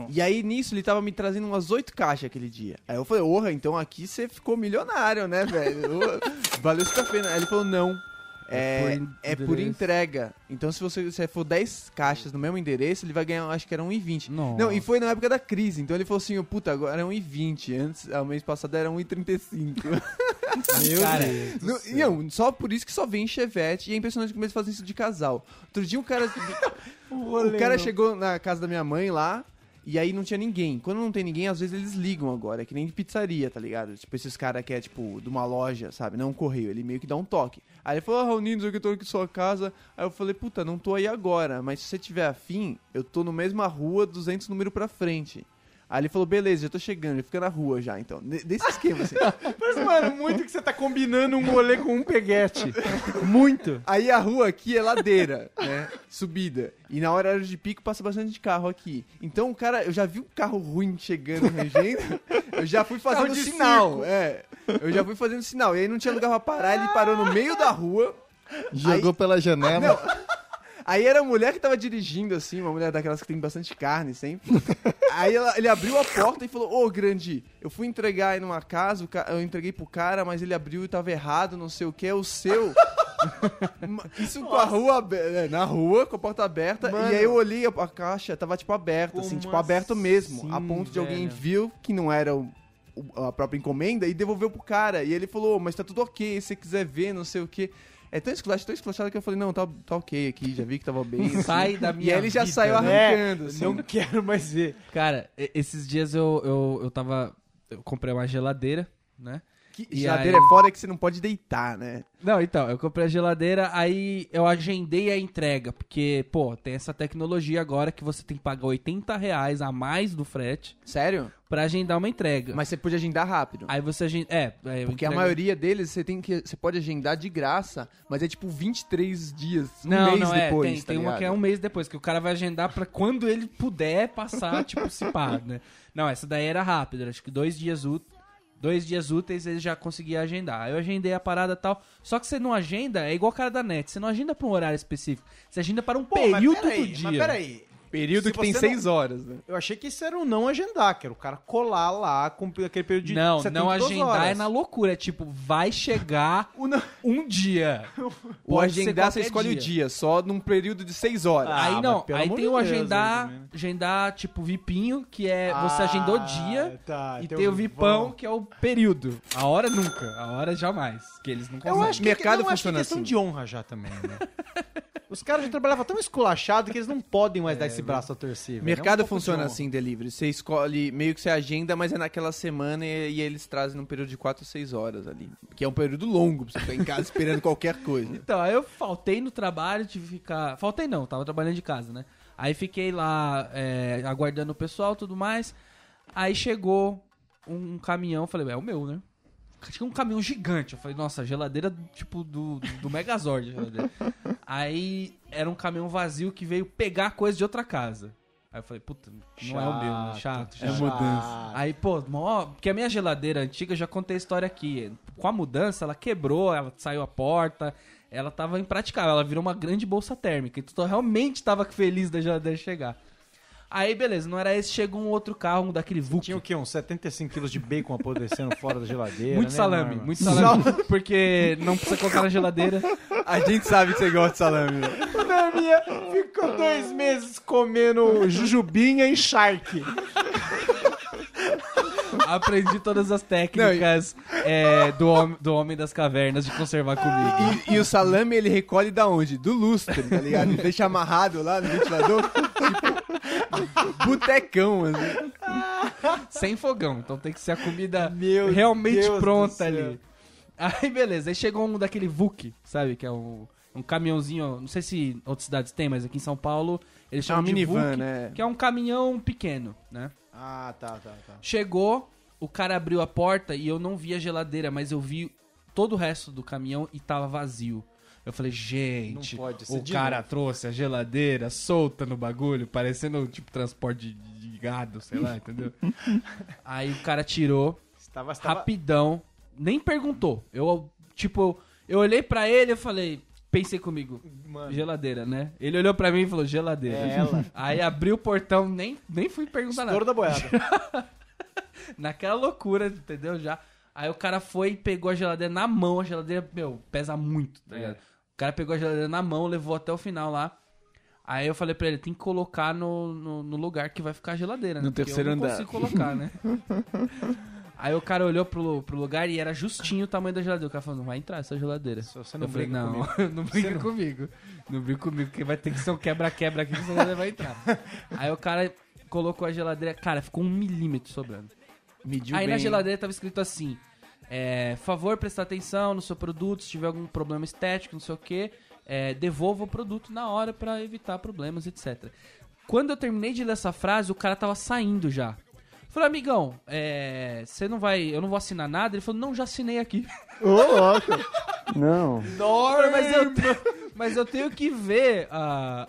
S2: E aí, nisso, ele tava me trazendo umas oito caixas aquele dia. Aí eu falei, porra, então aqui você ficou milionário, né, velho? Ô, Valeu super a pena. Aí ele falou, não. É,
S1: É por
S2: é por
S1: endereço.
S2: entrega. Então, se você se for 10 caixas no mesmo endereço, ele vai ganhar, acho que era 1,20.
S1: Nossa.
S2: Não, e foi na época da crise. Então, ele falou assim: puta, agora é 1,20. Antes, ao mês passado, era 1,35.
S1: Meu cara,
S2: Não, não, só por isso que só vem Chevette. E é impressionante como eles fazem isso de casal. Outro dia um cara. um o cara chegou na casa da minha mãe lá. E aí não tinha ninguém. Quando não tem ninguém, às vezes eles ligam agora. É que nem de pizzaria, tá ligado? Tipo, esses caras que é, tipo, de uma loja, sabe? Não um correio. Ele meio que dá um toque. Aí ele falou, ah, Raoni, não sei o que, eu tô aqui em sua casa. Aí eu falei, puta, não tô aí agora. Mas se você tiver afim, eu tô no mesma rua, 200 número pra frente. Aí ele falou, beleza, já tô chegando. Ele fica na rua já, então. Ne- Desse esquema, assim.
S3: Mas, mano, muito que você tá combinando um rolê com um peguete. Muito.
S2: Aí a rua aqui é ladeira, né? Subida. E na hora de pico passa bastante de carro aqui. Então o cara, eu já vi um carro ruim chegando, rangendo. Eu já fui fazendo
S3: de
S2: sinal. É. Eu já fui fazendo sinal. E aí não tinha lugar pra parar, ele parou no meio da rua.
S4: Jogou pela janela.
S2: Aí era a mulher que tava dirigindo, assim, uma mulher daquelas que tem bastante carne sempre. aí ela- ele abriu a porta e falou: Ô, Grande, eu fui entregar aí numa casa, o ca- eu entreguei pro cara, mas ele abriu e tava errado, não sei o que, é o seu. Ma- Isso com a rua abe- é, na rua, com a porta aberta. E aí eu olhei a, a caixa, tava tipo aberta, assim,
S3: Como
S2: tipo aberto mesmo. A
S1: assim,
S2: ponto de alguém
S1: velho?
S2: viu que não era o- o- a própria encomenda e devolveu pro cara. E ele falou: "Ô, Mas tá tudo ok, se você quiser ver, não sei o que. É tão esculachado, tão esculachado que eu falei, não, tá, tá ok aqui, já vi que tava bem. assim.
S1: sai da minha
S2: E aí ele já
S1: vida,
S2: saiu
S1: né?
S2: arrancando, assim.
S3: Não quero mais ver.
S1: Cara, e- esses dias eu, eu, eu tava. Eu comprei uma geladeira, né?
S2: Que
S1: E
S2: geladeira
S1: aí?
S2: é foda que você não pode deitar, né?
S1: Não, então, eu comprei a geladeira, aí eu agendei a entrega, porque, pô, tem essa tecnologia agora que você tem que pagar 80 reais a mais do frete
S2: Sério?
S1: pra agendar uma entrega.
S2: Mas você pode agendar rápido.
S1: Aí você agenda. É, é, eu
S2: Porque a
S1: entrego-
S2: maioria deles você tem que. Você pode agendar de graça, mas é tipo 23 dias, um
S1: não,
S2: mês
S1: não, é,
S2: depois.
S1: Tem,
S2: tá
S1: tem uma
S2: ligado?
S1: que é um mês depois, que o cara vai agendar pra quando ele puder passar, tipo, se pá, né? Não, essa daí era rápida, era, acho que dois dias úteis. Dois dias úteis ele já conseguia agendar. Aí eu agendei a parada e tal. Só que você não agenda, é igual o cara da net. Você não agenda pra um horário específico. Você agenda para um período do dia.
S3: Mas peraí.
S2: Período
S3: Se
S2: que tem
S3: você
S2: 6 horas, né?
S3: Eu achei que isso era um não agendar, que era o cara colar lá, cumprir aquele período de
S1: não,
S3: 72
S1: não agendar
S3: horas.
S1: é na loucura. É tipo, vai chegar um dia.
S2: O
S1: Pode ser
S2: agendar você
S1: qualquer
S2: escolhe o
S1: dia.
S2: dia, só num período de 6 horas.
S3: Ah,
S1: aí
S3: mas
S1: não,
S3: pelo
S1: aí
S3: amor
S1: tem
S3: de
S1: o
S3: Deus, aí
S1: agendar,
S3: também, né?
S1: agendar tipo vipinho, que é você
S3: Ah,
S1: agendou o dia,
S3: tá,
S1: e
S3: tem
S1: é tem
S3: o
S1: o vipão,
S3: vão.
S1: que é o período. A hora nunca, a hora jamais, que eles não
S3: Eu
S1: conseguem.
S3: acho que
S2: Mercado
S3: não, acho que é
S2: funciona
S3: questão
S2: assim.
S3: de honra já também, né? Os caras já trabalhavam tão esculachado que eles não podem mais dar esse braço a torcer. velho.
S2: Mercado
S3: É um pouco de
S2: funciona
S3: honra.
S2: assim, delivery. Você escolhe, meio que você agenda, mas é naquela semana e, e eles trazem num período de 4 a 6 horas ali. Que é um período longo pra você ficar em casa esperando qualquer coisa.
S1: Então, aí eu faltei no trabalho, tive que ficar. Faltei não, tava trabalhando de casa, né? Aí fiquei lá é, aguardando o pessoal e tudo mais. Aí chegou um caminhão, falei, é o meu, né? Tinha um caminhão gigante. Eu falei, nossa, geladeira tipo do, do Megazord. a geladeira. Aí era um caminhão vazio que veio pegar coisa de outra casa. Aí eu falei, puta, não é o meu, né? chato. chato.
S2: mudança.
S1: Aí, pô, mó... porque a minha geladeira antiga, eu já contei a história aqui. Com a mudança, ela quebrou, ela saiu a porta, ela tava impraticável, ela virou uma grande bolsa térmica. Então eu realmente tava feliz da geladeira chegar. Aí, beleza, não era esse, chegou um outro carro, um daquele Vulcan.
S3: Tinha o quê? Uns 75 quilos de bacon apodrecendo fora da geladeira.
S1: Muito
S3: né,
S1: salame,
S3: Norma?
S1: muito salame. Porque não precisa colocar na geladeira.
S2: A gente sabe que você gosta de salame. né?
S3: O Norminha é ficou dois meses comendo jujubinha e charque.
S1: Aprendi todas as técnicas é, do, hom- do Homem das Cavernas de conservar comida.
S2: E, e o salame ele recolhe da onde? Do lustre, tá ligado? Ele deixa amarrado lá no ventilador. tipo, botecão, assim.
S1: sem fogão. Então tem que ser a comida
S3: Meu
S1: realmente
S3: Deus do
S1: pronta
S3: céu.
S1: ali. Aí beleza, aí chegou um daquele VUC, sabe? Que é um, um caminhãozinho, não sei se outras cidades tem, mas aqui em São Paulo eles
S2: É uma
S1: chamam de
S2: minivan,
S1: VUC,
S2: né?
S1: que é um caminhão pequeno, né?
S3: Ah, tá, tá, tá.
S1: Chegou, o cara abriu a porta e eu não vi a geladeira, mas eu vi todo o resto do caminhão e tava vazio. Eu falei, gente,
S3: Não pode ser
S1: o
S3: de
S1: cara
S3: novo.
S1: trouxe a geladeira solta no bagulho, parecendo tipo transporte de, de gado, sei lá, entendeu? Aí o cara tirou,
S3: Estava, estava...
S1: rapidão, nem perguntou. Eu, tipo, eu olhei pra ele e falei, pensei comigo,
S3: Mano,
S1: geladeira, né? Ele olhou pra mim e falou, geladeira.
S3: É ela.
S1: Aí abriu o portão, nem, nem fui perguntar nada
S3: estouro da boiada.
S1: naquela loucura, entendeu? Já. Aí o cara foi e pegou a geladeira na mão. A geladeira, meu, pesa muito,
S3: É.
S1: tá ligado? O cara pegou a geladeira na mão, levou até o final lá. Aí eu falei pra ele, tem que colocar no, no, no lugar que vai ficar a geladeira, né?
S2: No
S1: Porque
S2: terceiro
S1: eu não
S2: andar.
S1: consigo colocar, né? Aí o cara olhou pro, pro lugar e era justinho o tamanho da geladeira. O cara falou, não vai entrar essa geladeira.
S3: Se você não
S1: eu falei,
S3: brinca
S1: não, não brinca comigo. Não brinca comigo, porque vai ter que ser um quebra-quebra aqui que essa geladeira vai entrar. Aí o cara colocou a geladeira, cara, ficou um milímetro sobrando.
S2: Mediu
S1: Aí
S2: bem.
S1: na geladeira tava escrito assim: é, favor prestar atenção no seu produto, se tiver algum problema estético, não sei o que, devolva o produto na hora pra evitar problemas, etc. Quando eu terminei de ler essa frase, o cara tava saindo já. Eu Falei, amigão, é, você não vai. Eu não vou assinar nada. Ele falou, não, já assinei aqui.
S4: Ô, louco.
S5: Não.
S1: Norma! Mas eu, te- mas eu tenho que ver a,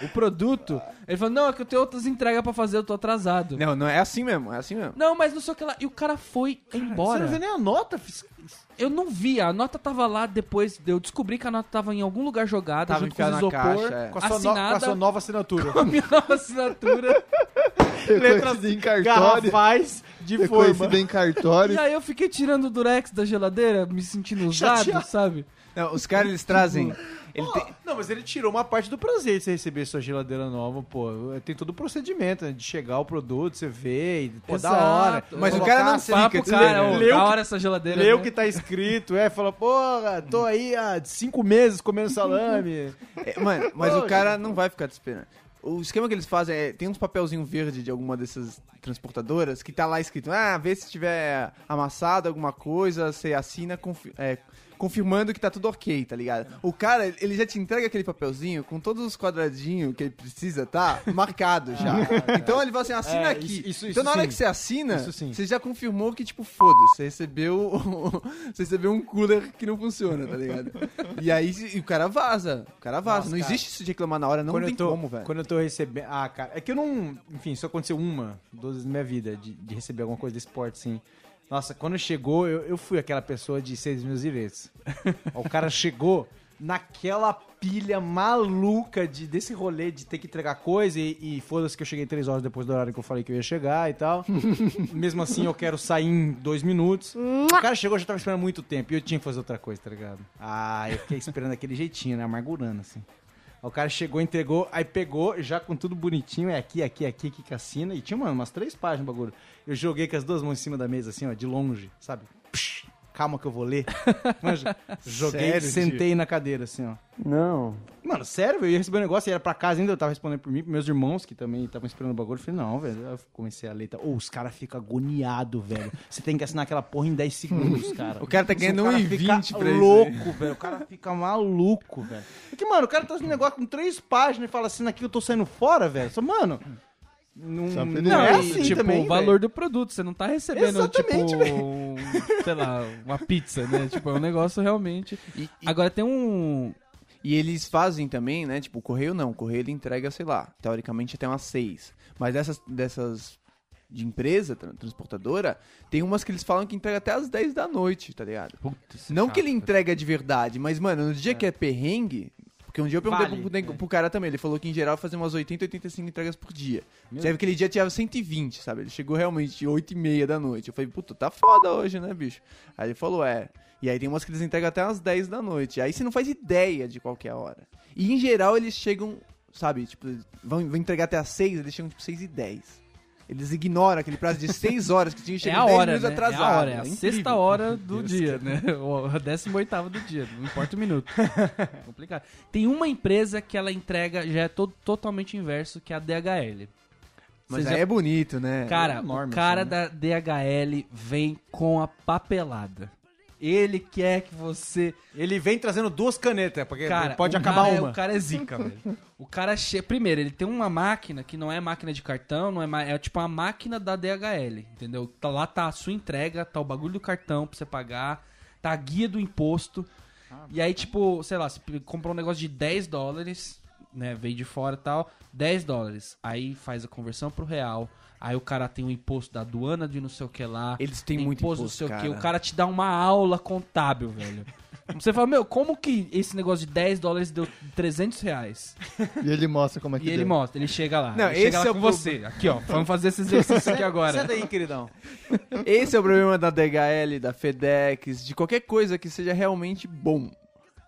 S1: a- o produto. Ele falou, não, é que eu tenho outras entregas pra fazer, eu tô atrasado. Não,
S2: Não, não é assim mesmo, é assim mesmo.
S1: mas não sei o que lá. E o cara foi embora.
S3: Você não vê nem a nota, fiscal.
S1: Eu não vi, a nota tava lá depois. Eu descobri que a nota tava em algum lugar jogada,
S2: Tava
S1: junto com os
S2: enfiada na
S1: isopor,
S2: caixa, é.
S3: Com a sua, no- com a
S1: assinada,
S3: sua nova assinatura.
S1: com a minha nova assinatura.
S4: Letras em cartório. É
S3: Garrafais de
S4: Foi
S3: forma.
S4: conhecido em cartório.
S1: e aí eu fiquei tirando o durex da geladeira, me sentindo usado,
S3: Chateado.
S1: sabe?
S2: Não, os caras eles trazem. Ele tem-
S3: Não, mas ele tirou uma parte do prazer de você receber sua geladeira nova, pô. Tem todo o procedimento, né? De chegar o produto, você vê, e, pô,
S1: Exato.
S3: da hora.
S2: Mas o
S3: Colocar-
S2: cara não
S1: Fala pro
S2: fica, tudo bem,
S1: cara,
S2: né?
S1: ó,
S3: Leu
S1: da
S3: que-
S1: hora essa geladeira.
S3: Lê
S1: né?
S3: o que tá escrito, é, fala, porra, tô aí há cinco meses comendo salame.
S2: É, mano, mas o cara não vai ficar te esperando. O esquema que eles fazem é, tem uns papelzinho verde de alguma dessas transportadoras que tá lá escrito, ah, vê se tiver amassado alguma coisa, você assina confi- é, confirmando que tá tudo ok, tá ligado? O cara, ele já te entrega aquele papelzinho com todos os quadradinhos que ele precisa, tá? Marcado já. Então ele fala assim, assina
S3: É,
S2: aqui.
S3: isso- isso-
S2: então na
S3: isso
S2: hora
S3: sim.
S2: que você assina,
S3: Isso sim.
S2: você já confirmou que, tipo, foda-se, você recebeu, você recebeu um cooler que não funciona, tá ligado? E aí e o cara vaza, o cara vaza.
S3: Nossa,
S2: não
S3: cara.
S2: existe isso de reclamar na hora, não
S3: quando
S2: tem
S3: eu tô,
S2: como, velho.
S3: Quando eu tô recebendo. Ah, cara. É que eu não. Enfim, isso aconteceu uma, duas vezes na minha vida, de, de receber alguma coisa desse porte, sim. Nossa, quando chegou, eu, eu fui aquela pessoa de seis meus direitos. o cara chegou naquela pilha maluca de, desse rolê de ter que entregar coisa e, e foda-se que eu cheguei três horas depois do horário que eu falei que eu ia chegar e tal. Mesmo assim, eu quero sair em dois minutos. O cara chegou, eu já tava esperando muito tempo e eu tinha que fazer outra coisa, tá ligado? Ah, eu fiquei esperando daquele jeitinho, né? Amargurando, assim. Aí O cara chegou, entregou, aí pegou, já com tudo bonitinho, é aqui, aqui, aqui, aqui que assina. E tinha, mano, umas três páginas o bagulho. Eu joguei com as duas mãos em cima da mesa, assim, ó, de longe, sabe? Psh, calma que eu vou ler. Manja, joguei,
S2: Sério,
S3: sentei na cadeira, assim, ó.
S5: Não.
S3: Mano, sério, velho, eu ia receber um negócio e era pra casa ainda, eu tava respondendo por mim, pros meus irmãos que também estavam esperando o bagulho. Eu falei, não, velho. Aí Eu comecei a ler. Tá? Ô, os caras ficam agoniados, velho. Você tem que assinar aquela porra em 10 segundos, cara. um
S2: O cara tá ganhando
S3: O cara
S2: 1,20
S3: fica
S2: pra isso.
S3: louco, velho. O cara fica maluco, velho. É que, mano, o cara tá fazendo um negócio com três páginas e fala assim, aqui eu tô saindo fora, velho. Só, mano. Não,
S4: Só feliz.
S3: não é
S4: Não,
S3: assim
S1: tipo,
S3: também.
S1: o valor
S3: velho.
S1: do produto. Você não tá recebendo,
S3: Exatamente,
S1: tipo, um, sei lá, uma pizza, né? Tipo, é um negócio realmente...
S2: E, e-
S1: Agora tem um...
S2: e eles fazem também, né? Tipo, o correio não. O correio ele entrega, sei lá, teoricamente até umas seis. Mas dessas, dessas de empresa tra- transportadora, tem umas que eles falam que entrega até às 10 da noite, tá ligado?
S1: Putz,
S2: Não que ele entrega de verdade, mas, mano, no dia que é perrengue. Porque um dia eu perguntei
S3: Vale,
S2: pro,
S1: é.
S2: nego- pro cara também, ele falou que em geral fazia umas 80, 85 entregas por dia. Teve aquele dia tirava 120, sabe? Ele chegou realmente 8 e meia da noite. Eu falei, puta, tá foda hoje, né, bicho? Aí ele falou, é. E aí tem umas que eles entregam até umas 10 da noite. Aí você não faz ideia de qualquer hora. E em geral eles chegam, sabe, tipo, vão, vão entregar até as 6, eles chegam tipo 6 e 10. Eles ignoram aquele prazo de 6 horas que tinha que
S1: É
S2: chegar
S1: a
S2: 10
S1: hora,
S2: minutos
S1: né?
S2: atrasado.
S1: É a hora, é a
S2: incrível.
S1: sexta hora do dia, né? Ou a décima oitava do dia, não importa o minuto. É Complicado. Tem uma empresa que ela entrega, já é to- totalmente inverso, que é a DHL.
S2: Mas
S1: Vocês
S2: aí
S1: já-
S2: é bonito, né?
S1: Cara, o
S3: enorme,
S1: cara
S3: assim,
S1: da DHL vem com a papelada. Ele quer que você
S3: Ele vem trazendo duas canetas, porque
S1: Cara,
S3: pode
S1: o
S3: acabar
S1: cara é-
S3: uma.
S1: o cara é zica, velho. O cara che... Primeiro, ele tem uma máquina que não é máquina de cartão, não é, ma- é tipo uma máquina da DHL, entendeu? Tá, lá tá a sua entrega, tá o bagulho do cartão pra você pagar, tá a guia do imposto. e aí, tipo, sei lá, você p- comprou um negócio de 10 dólares, né? Veio de fora e tal, 10 dólares. Aí faz a conversão pro real. Aí o cara tem o imposto da aduana de não sei o que lá.
S2: Eles têm muito
S1: não
S2: imposto,
S1: sei o que. O
S2: cara.
S1: cara te dá uma aula contábil, velho. Você fala, meu, como que esse negócio de 10 dólares deu 300 reais?
S4: E ele mostra como é que
S1: E ele
S4: deu.
S1: mostra, ele chega lá.
S2: Não,
S1: ele chega
S2: esse
S1: lá
S2: é o é
S1: com
S2: prob-
S1: você. Aqui, ó, vamos fazer esse exercício aqui agora.
S3: Senta aí, queridão.
S2: Esse é o problema da DHL, da FedEx, de qualquer coisa que seja realmente bom.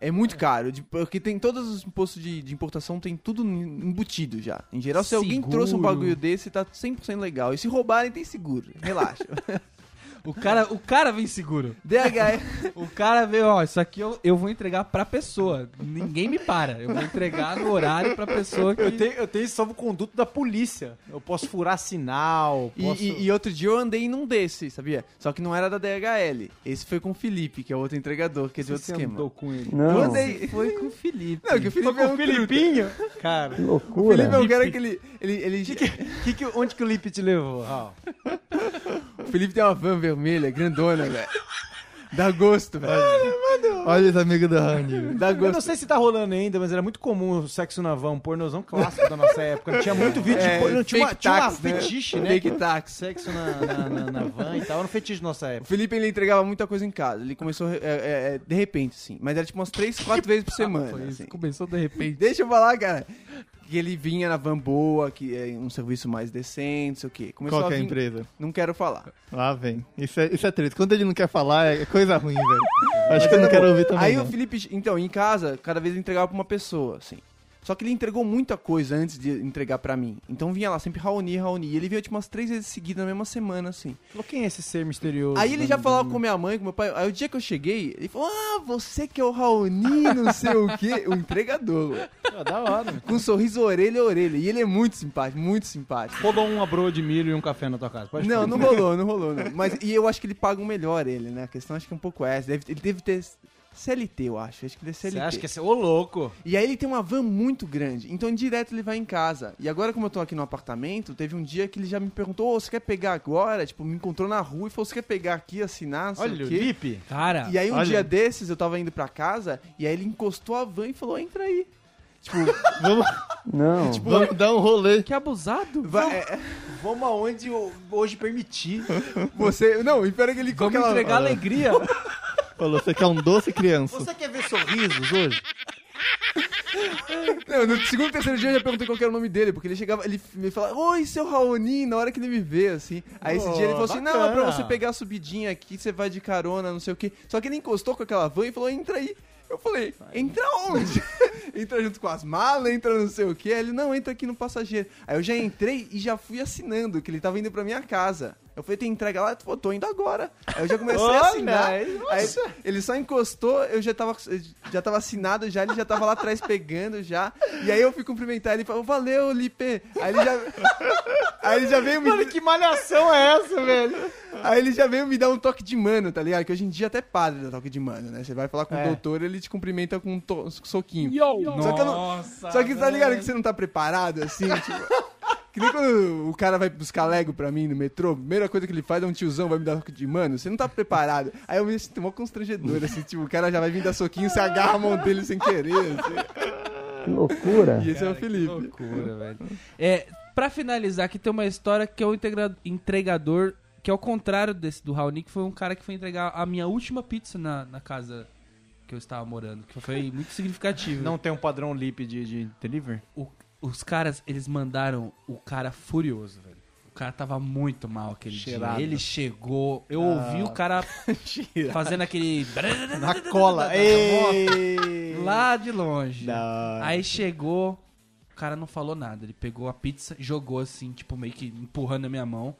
S2: É muito caro, de- porque tem todos os impostos de, de importação, tem tudo em- embutido já. Em geral, se alguém
S1: Seguro.
S2: trouxe um bagulho desse, tá 100% legal. E se roubarem, tem seguro. Relaxa.
S1: O cara, o cara vem seguro.
S2: DHL.
S1: O cara vem, ó, isso aqui eu, eu vou entregar pra pessoa. Ninguém me para. Eu vou entregar no horário pra pessoa que...
S3: Eu tenho, eu tenho salvo conduto da polícia. Eu posso furar sinal,
S2: E,
S3: posso...
S2: e- e outro dia eu andei num desse, sabia? Só que não era da DHL. Esse foi com o Felipe, que é outro entregador, que é de outro esquema.
S3: com ele.
S2: Eu
S5: Não.
S2: andei.
S1: Foi com o Felipe.
S2: Não, que o Felipe é um truta.
S3: Filipinho? Cara,
S5: Que
S2: O
S5: loucura.
S2: Felipe é um cara que ele. ele, ele...
S3: que que- onde que o Lipe te levou, Raul?
S2: O Felipe tem uma van vermelha, grandona, velho. Dá gosto,
S4: Ah,
S2: velho.
S4: Olha os amigos da Randy.
S2: Dá
S3: Eu não
S2: gosto.
S3: sei se tá rolando ainda, mas era muito comum o sexo na van, um pornozão clássico da nossa época. Tinha muito vídeo de pornô, Né? É, tinha, uma,
S2: É, fake
S3: tinha uma
S2: tax, né?
S3: fetiche, né?
S2: Fake tax.
S3: Sexo na, na, na- na van e tal, era um fetiche da nossa
S2: O
S3: época.
S2: Felipe, ele entregava muita coisa em casa. Ele começou é, é, é, de repente, assim. Mas era tipo umas 3, 4 vezes por
S4: Ah,
S2: semana. assim.
S1: Começou de repente.
S2: Deixa eu falar, cara. Que ele vinha na van boa, que é um serviço mais decente, não sei o quê. Começou
S4: Qual que é a
S2: vir-
S4: empresa?
S2: Não quero falar.
S4: Lá vem. Isso é, isso é treta. Quando ele não quer falar, é coisa ruim, velho. Acho que eu não quero ouvir também.
S2: Aí
S4: não.
S2: o Felipe, então, em casa, cada vez ele entregava pra uma pessoa, assim. Só que ele entregou muita coisa antes de entregar pra mim. Então vinha lá sempre Raoni, Raoni. E ele vinha tipo umas três vezes seguidas na mesma semana, assim.
S3: Falou, quem é esse ser misterioso?
S2: Aí ele já
S3: Não,
S2: falava
S3: não,
S2: com minha mãe, com meu pai. Aí o dia que eu cheguei, ele falou: Ah, você que é o Raoni, não sei o quê. O entregador, ué.
S3: não. Ah, Da hora.
S2: com um sorriso orelha a orelha. E ele é muito simpático, muito simpático.
S3: Rodou uma broa de milho e um café na tua casa. Pode
S2: Não,
S3: falar.
S2: não rolou, não rolou, não. Mas, e eu acho que ele paga um melhor, ele, né? A questão acho que é um pouco essa. Deve- ele deve ter CLT, eu acho. Acho que ele é CLT.
S3: Você acha que é... Ô, louco.
S2: E aí ele tem uma van muito grande, então direto ele vai em casa. E agora, como eu tô aqui no apartamento, teve um dia que ele já me perguntou, ô, você quer pegar agora? Tipo, me encontrou na rua e falou, você quer pegar aqui, assinar, não sei
S3: Olha
S2: o
S3: o
S2: quê.
S3: Lipe.
S1: Cara,
S2: E aí um
S4: Olha.
S2: dia desses, eu tava indo pra casa, e aí ele encostou a van e falou, entra aí. Tipo,
S4: Vamos,
S5: Não.
S4: vamos dar um rolê.
S1: que abusado.
S2: vai, é,
S3: Vamos aonde hoje permitir.
S2: você... Não, e pior é que ele... com
S1: Vamos
S2: aquela-
S1: entregar alegria.
S4: Falou, você quer um doce, criança?
S3: Você quer ver sorrisos hoje?
S2: Não, no segundo, terceiro dia eu já perguntei qual que era o nome dele, porque ele chegava, ele me falava, oi, seu Raoni, na hora que ele me vê, assim. Aí esse
S3: Pô,
S2: dia ele falou assim, não, é pra
S3: bacana.
S2: você pegar a subidinha aqui, você vai de carona, não sei o quê. Só que ele encostou com aquela van e falou, entra aí. Eu falei, entra onde? entra junto com as malas, entra não sei o quê. Aí ele, não, entra aqui no passageiro. Aí eu já entrei e já fui assinando, que ele tava indo pra minha casa. Eu falei, tem entrega lá? Ele falou, tô indo agora. Aí eu já comecei
S3: Olha,
S2: a assinar.
S3: aí,
S2: Aí ele só encostou, eu já tava, já tava assinado já, ele já tava lá atrás pegando já. E aí eu fui cumprimentar ele e falou, valeu, Lipe. Aí ele já, aí ele já veio me...
S3: Mano, que malhação é essa, velho?
S2: Aí ele já veio me dar um toque de mano, tá ligado? Que hoje em dia até padre dá toque de mano, né? Você vai falar com
S3: É.
S2: o doutor, ele te cumprimenta com um, to- um soquinho.
S1: Yo!
S2: Só que eu não- Só que tá ligado que você não tá preparado, assim, tipo... Que nem quando o cara vai buscar Lego pra mim no metrô, a primeira coisa que ele faz é um tiozão, vai me dar toque de mano, você não tá preparado. Aí eu me sinto mó constrangedor, assim, tipo, o cara já vai vir dar soquinho, você agarra a mão dele sem querer, assim.
S5: que loucura.
S2: E esse é o Felipe.
S1: loucura, velho. É, pra finalizar, aqui tem uma história que é o integra- entregador, que ao contrário desse do Raoni, que foi um cara que foi entregar a minha última pizza na, na casa que eu estava morando, que foi muito significativo.
S3: Não tem um padrão lip de, de delivery?
S1: O- os caras, eles mandaram o cara furioso, velho. O cara tava muito mal aquele
S3: Cheirado. Ah.
S1: dia. Ele chegou, eu ouvi o cara fazendo aquele...
S3: Na cola. Ei!
S1: Lá de longe.
S3: Da hora.
S1: Aí chegou, o cara não falou nada. Ele pegou a pizza, jogou assim, tipo, meio que empurrando a minha mão.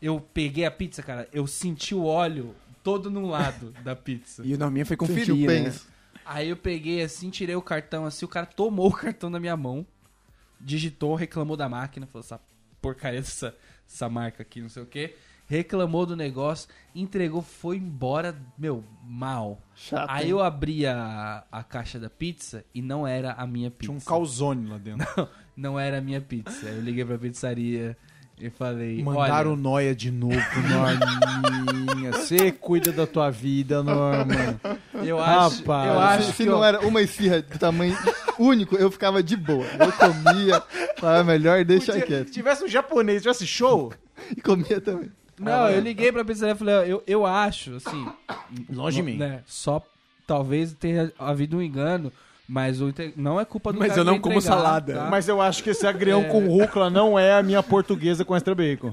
S1: Eu peguei a pizza, cara, eu senti o óleo todo num lado da pizza.
S2: E o Norminha foi
S4: Sentiu
S2: conferir, né?
S4: pênis.
S1: Aí eu peguei assim, tirei o cartão assim, o cara tomou o cartão da minha mão, digitou, reclamou da máquina, falou essa porcaria dessa essa marca aqui, não sei o que. Reclamou do negócio, entregou, foi embora, meu, mal.
S4: Chato.
S1: Aí eu abri a, a caixa da pizza e não era a minha pizza.
S3: Tinha um calzone lá dentro.
S1: não era a minha pizza. Eu liguei pra pizzaria e falei,
S3: Mandaram um
S1: olha,
S3: noia de novo, Norminha. Você cuida da tua vida, Norma.
S1: eu acho,
S3: Rapaz.
S1: Ah, eu acho
S4: se,
S1: que
S4: se não
S1: eu-
S4: era uma esfirra de tamanho único, eu ficava de boa. Eu comia, falava melhor, deixa
S3: Se
S4: quieto.
S3: tivesse um japonês, tivesse show,
S4: E comia também.
S1: Não,
S3: é
S1: eu liguei pra pizzaria e falei, ó, eu, eu acho, assim,
S3: longe de mim.
S1: né, só talvez tenha havido um engano, mas o inte- não é culpa do
S2: Mas
S1: cara
S2: eu
S1: que
S2: não como
S1: entregar,
S2: salada.
S1: tá?
S3: Mas eu acho que esse agrião com rúcula não é a minha portuguesa com extra bacon.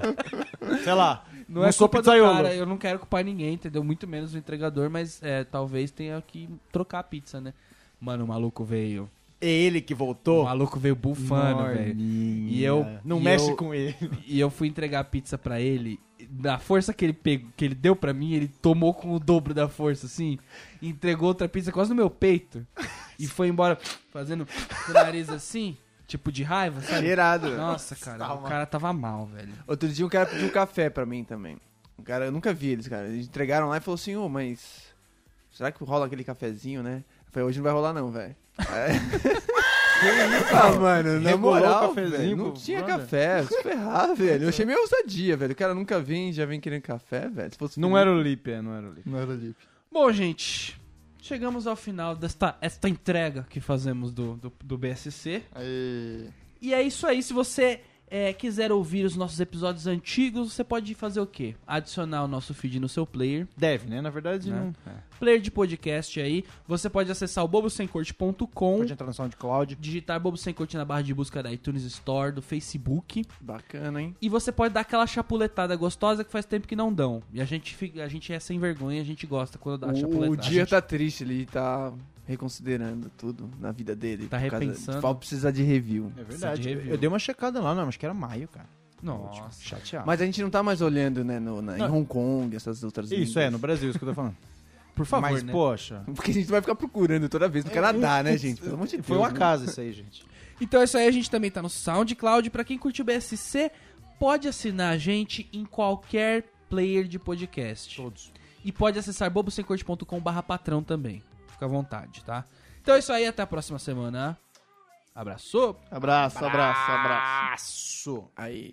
S3: Sei lá.
S1: não, é
S3: sou
S1: culpa do
S3: pizzaiolo.
S1: cara, eu não quero culpar ninguém, entendeu? Muito menos o entregador, mas é, talvez tenha que trocar a pizza, né? Mano, o maluco veio.
S3: É ele que
S1: O
S3: voltou.
S1: maluco veio bufando, velho.
S3: E
S1: eu-
S3: Não
S1: Hum, é. e
S3: mexe
S1: eu-
S3: com ele.
S1: E eu fui entregar a pizza pra ele. Da força que ele, pegou, que ele deu pra mim, ele tomou com o dobro da força, assim. e Entregou outra pizza quase no meu peito. E foi embora fazendo com o nariz assim, tipo de raiva, sabe?
S2: Cheirado.
S1: Nossa, cara, o cara tava mal, velho.
S2: Outro dia um cara pediu um café pra mim também. Um cara, eu nunca vi eles, cara. Eles entregaram lá e falou assim, ô, mas. Será que rola aquele cafezinho, né? Eu falei, hoje não vai rolar, não, velho. É. ah, mano, na
S3: Regulou o
S2: moral,
S3: cafezinho
S2: velho, não
S3: pro
S2: tinha
S3: brother?
S2: café, se ferrar, velho. Eu achei meio ousadia, velho. O cara nunca vem e já vem querendo café, velho. Se fosse
S3: Não era o Lipe, é, não era o Lipe.
S4: Não era lip.
S1: Bom, gente, chegamos ao final desta esta entrega que fazemos do, do, do BSC.
S4: Aí.
S1: E é isso aí. Se você é, quiser ouvir os nossos episódios antigos, você pode fazer o quê? Adicionar o nosso feed no seu player.
S3: Deve, né? Na verdade,
S1: Né?
S3: não.
S1: player de podcast aí. Você pode acessar o bobosemcorte.com,
S3: Pode entrar no SoundCloud.
S1: digitar Bobo Sem Corte na barra de busca da iTunes Store, do Facebook.
S2: Bacana, hein?
S1: E você pode dar aquela chapuletada gostosa que faz tempo que não dão. E a gente, fica- a gente é sem vergonha, a gente gosta quando dá a chapuletada.
S2: O
S1: A
S2: dia
S1: gente-
S2: tá triste, ele tá reconsiderando tudo na vida dele.
S1: Tá
S2: por causa- tipo,
S1: repensando.
S2: Vai precisar de review.
S3: É
S1: verdade.
S3: verdade.
S1: Review.
S3: Eu dei uma checada lá, não, acho que era maio, cara.
S2: tá
S3: tipo,
S1: Nossa.
S3: Chateado.
S2: Mas a gente não tá mais olhando, né, no, na- em
S3: Não.
S2: Hong Kong, essas outras
S3: Isso é,
S2: línguas.
S3: no Brasil, isso que eu tô falando.
S1: Por favor,
S3: Mas,
S1: né?
S3: poxa.
S2: Porque a gente vai ficar procurando toda vez no Canadá, né, gente? Pelo amor de Deus.
S3: É, Foi um
S2: né?
S3: acaso isso aí, gente.
S1: Então é isso aí, a gente também tá no SoundCloud. Pra quem curte o BSC, pode assinar a gente em qualquer player de podcast.
S3: Todos.
S1: E pode acessar bobosemcorte.com barra patrão também. Fica à vontade, tá? Então é isso aí, até a próxima semana. Abraçou!
S4: Abraço, abraço, abraço.
S3: Aço.
S2: Aí.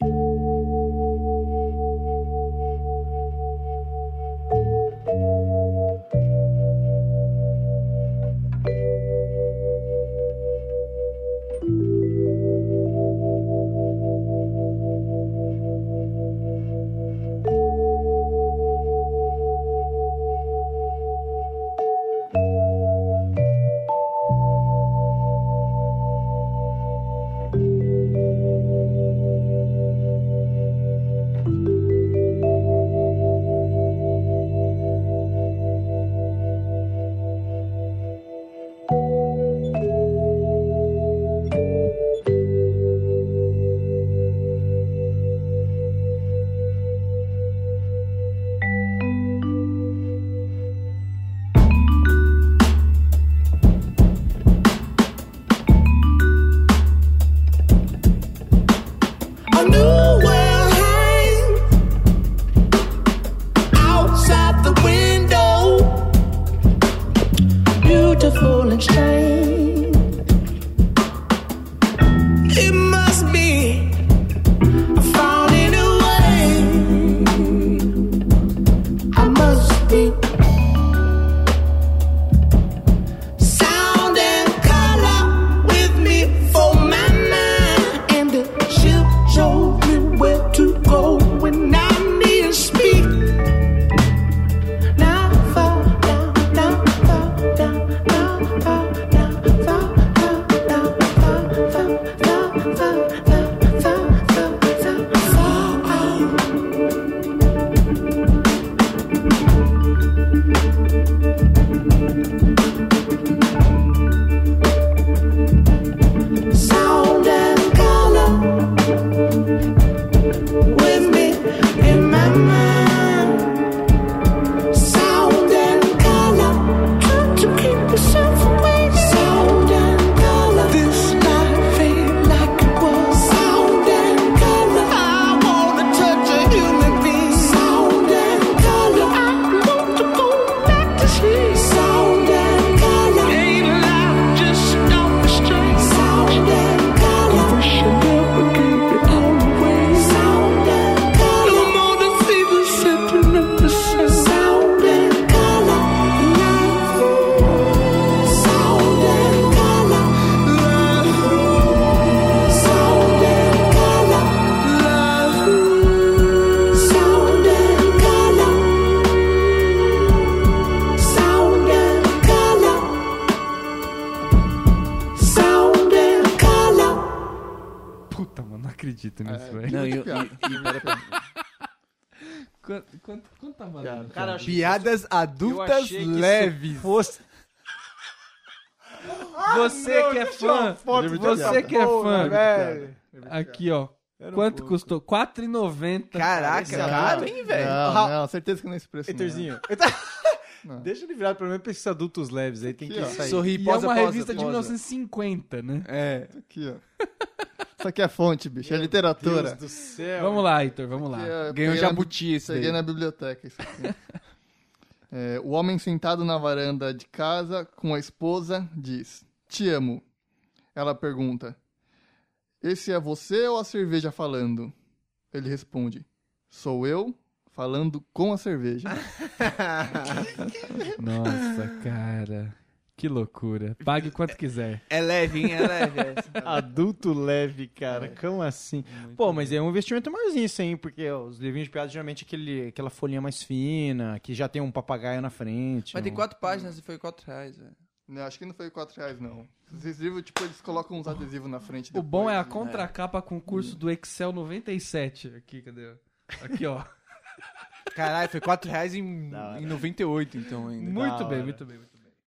S6: train. It must be I found in a way. I must be sound and color with me for my mind, and she'll show me where to go when I need to speak. Now fall down, now fall down, now fall down, fall down, now fall, fall, fall, fall, fall, fall, fall, fall, fall out. sound and color with me in my mind. Sound and color, trying to keep myself away. Sound and color, this life ain't like it was. Sound and color, I wanna touch a human being. Sound and color, I want to go back to sleep. Sound and color, ain't life just off the straight? Sound and color, I wish I never gave it all away. Sound and color, no more to see the center of the sun. Sound and color, love. Sound and color, love. Sound and color, love. Sound and color, sound and color. Sound and color.
S1: Puta, mano, não acredito nisso, velho.
S2: Não, e, e, e pera, pera.
S1: Quanto, quanto, quanto tá valendo?
S3: Cara,
S2: Piadas adultas leves.
S3: fosse...
S1: Você que é fã, você que é fã, aqui ó, quanto custou? 4,90.
S2: Caraca,
S3: Esse é
S2: cara.
S3: adulto.
S2: hein, velho?
S4: Não,
S3: Ra-
S4: não, certeza que não é esse preço. não.
S3: Heitorzinho.
S4: Não.
S3: Deixa ele virar pelo menos pra esses adultos leves aí, tem que
S4: Aqui, ó. tá
S3: sair.
S2: Sorri,
S1: E
S2: posa,
S1: é uma
S2: posa,
S1: revista de
S2: posa.
S1: 1950, né?
S2: É.
S4: Aqui, ó. Isso aqui é fonte, bicho. É
S3: Deus
S4: literatura.
S3: do
S2: É,
S3: céu.
S1: Vamos lá, Heitor, vamos lá.
S4: Aqui, ó,
S2: Ganhou
S4: peguei na
S2: jabuti esse
S4: Peguei
S2: daí.
S4: é na biblioteca isso aqui. É, o homem sentado na varanda de casa com a esposa diz: Te amo. Ela pergunta: Esse é você ou a cerveja falando? Ele responde: Sou eu falando com a cerveja.
S1: Nossa, cara. Que loucura. Pague quanto quiser.
S2: É leve, hein? É leve. essa.
S3: Adulto leve,
S2: É.
S3: cara. Como assim? Pô, mas é um investimento maiorzinho isso aí, porque ó, os livrinhos de piada geralmente é aquele, aquela folhinha mais fina, que já tem um papagaio na frente.
S2: Mas tem
S3: um-
S2: quatro páginas e foi quatro reais, velho.
S4: Não, Né, acho que não foi 4 reais, não. Esses livros, tipo, eles colocam uns adesivos na frente.
S1: O bom é a
S4: depois, né?
S1: contracapa com o
S2: É.
S1: curso do Excel 97. Aqui, cadê? Aqui, ó.
S2: Caralho, foi 4 reais em,
S3: Da hora.
S2: em 98, então, ainda.
S1: Muito
S3: hora.
S1: bem, muito bem, muito bem.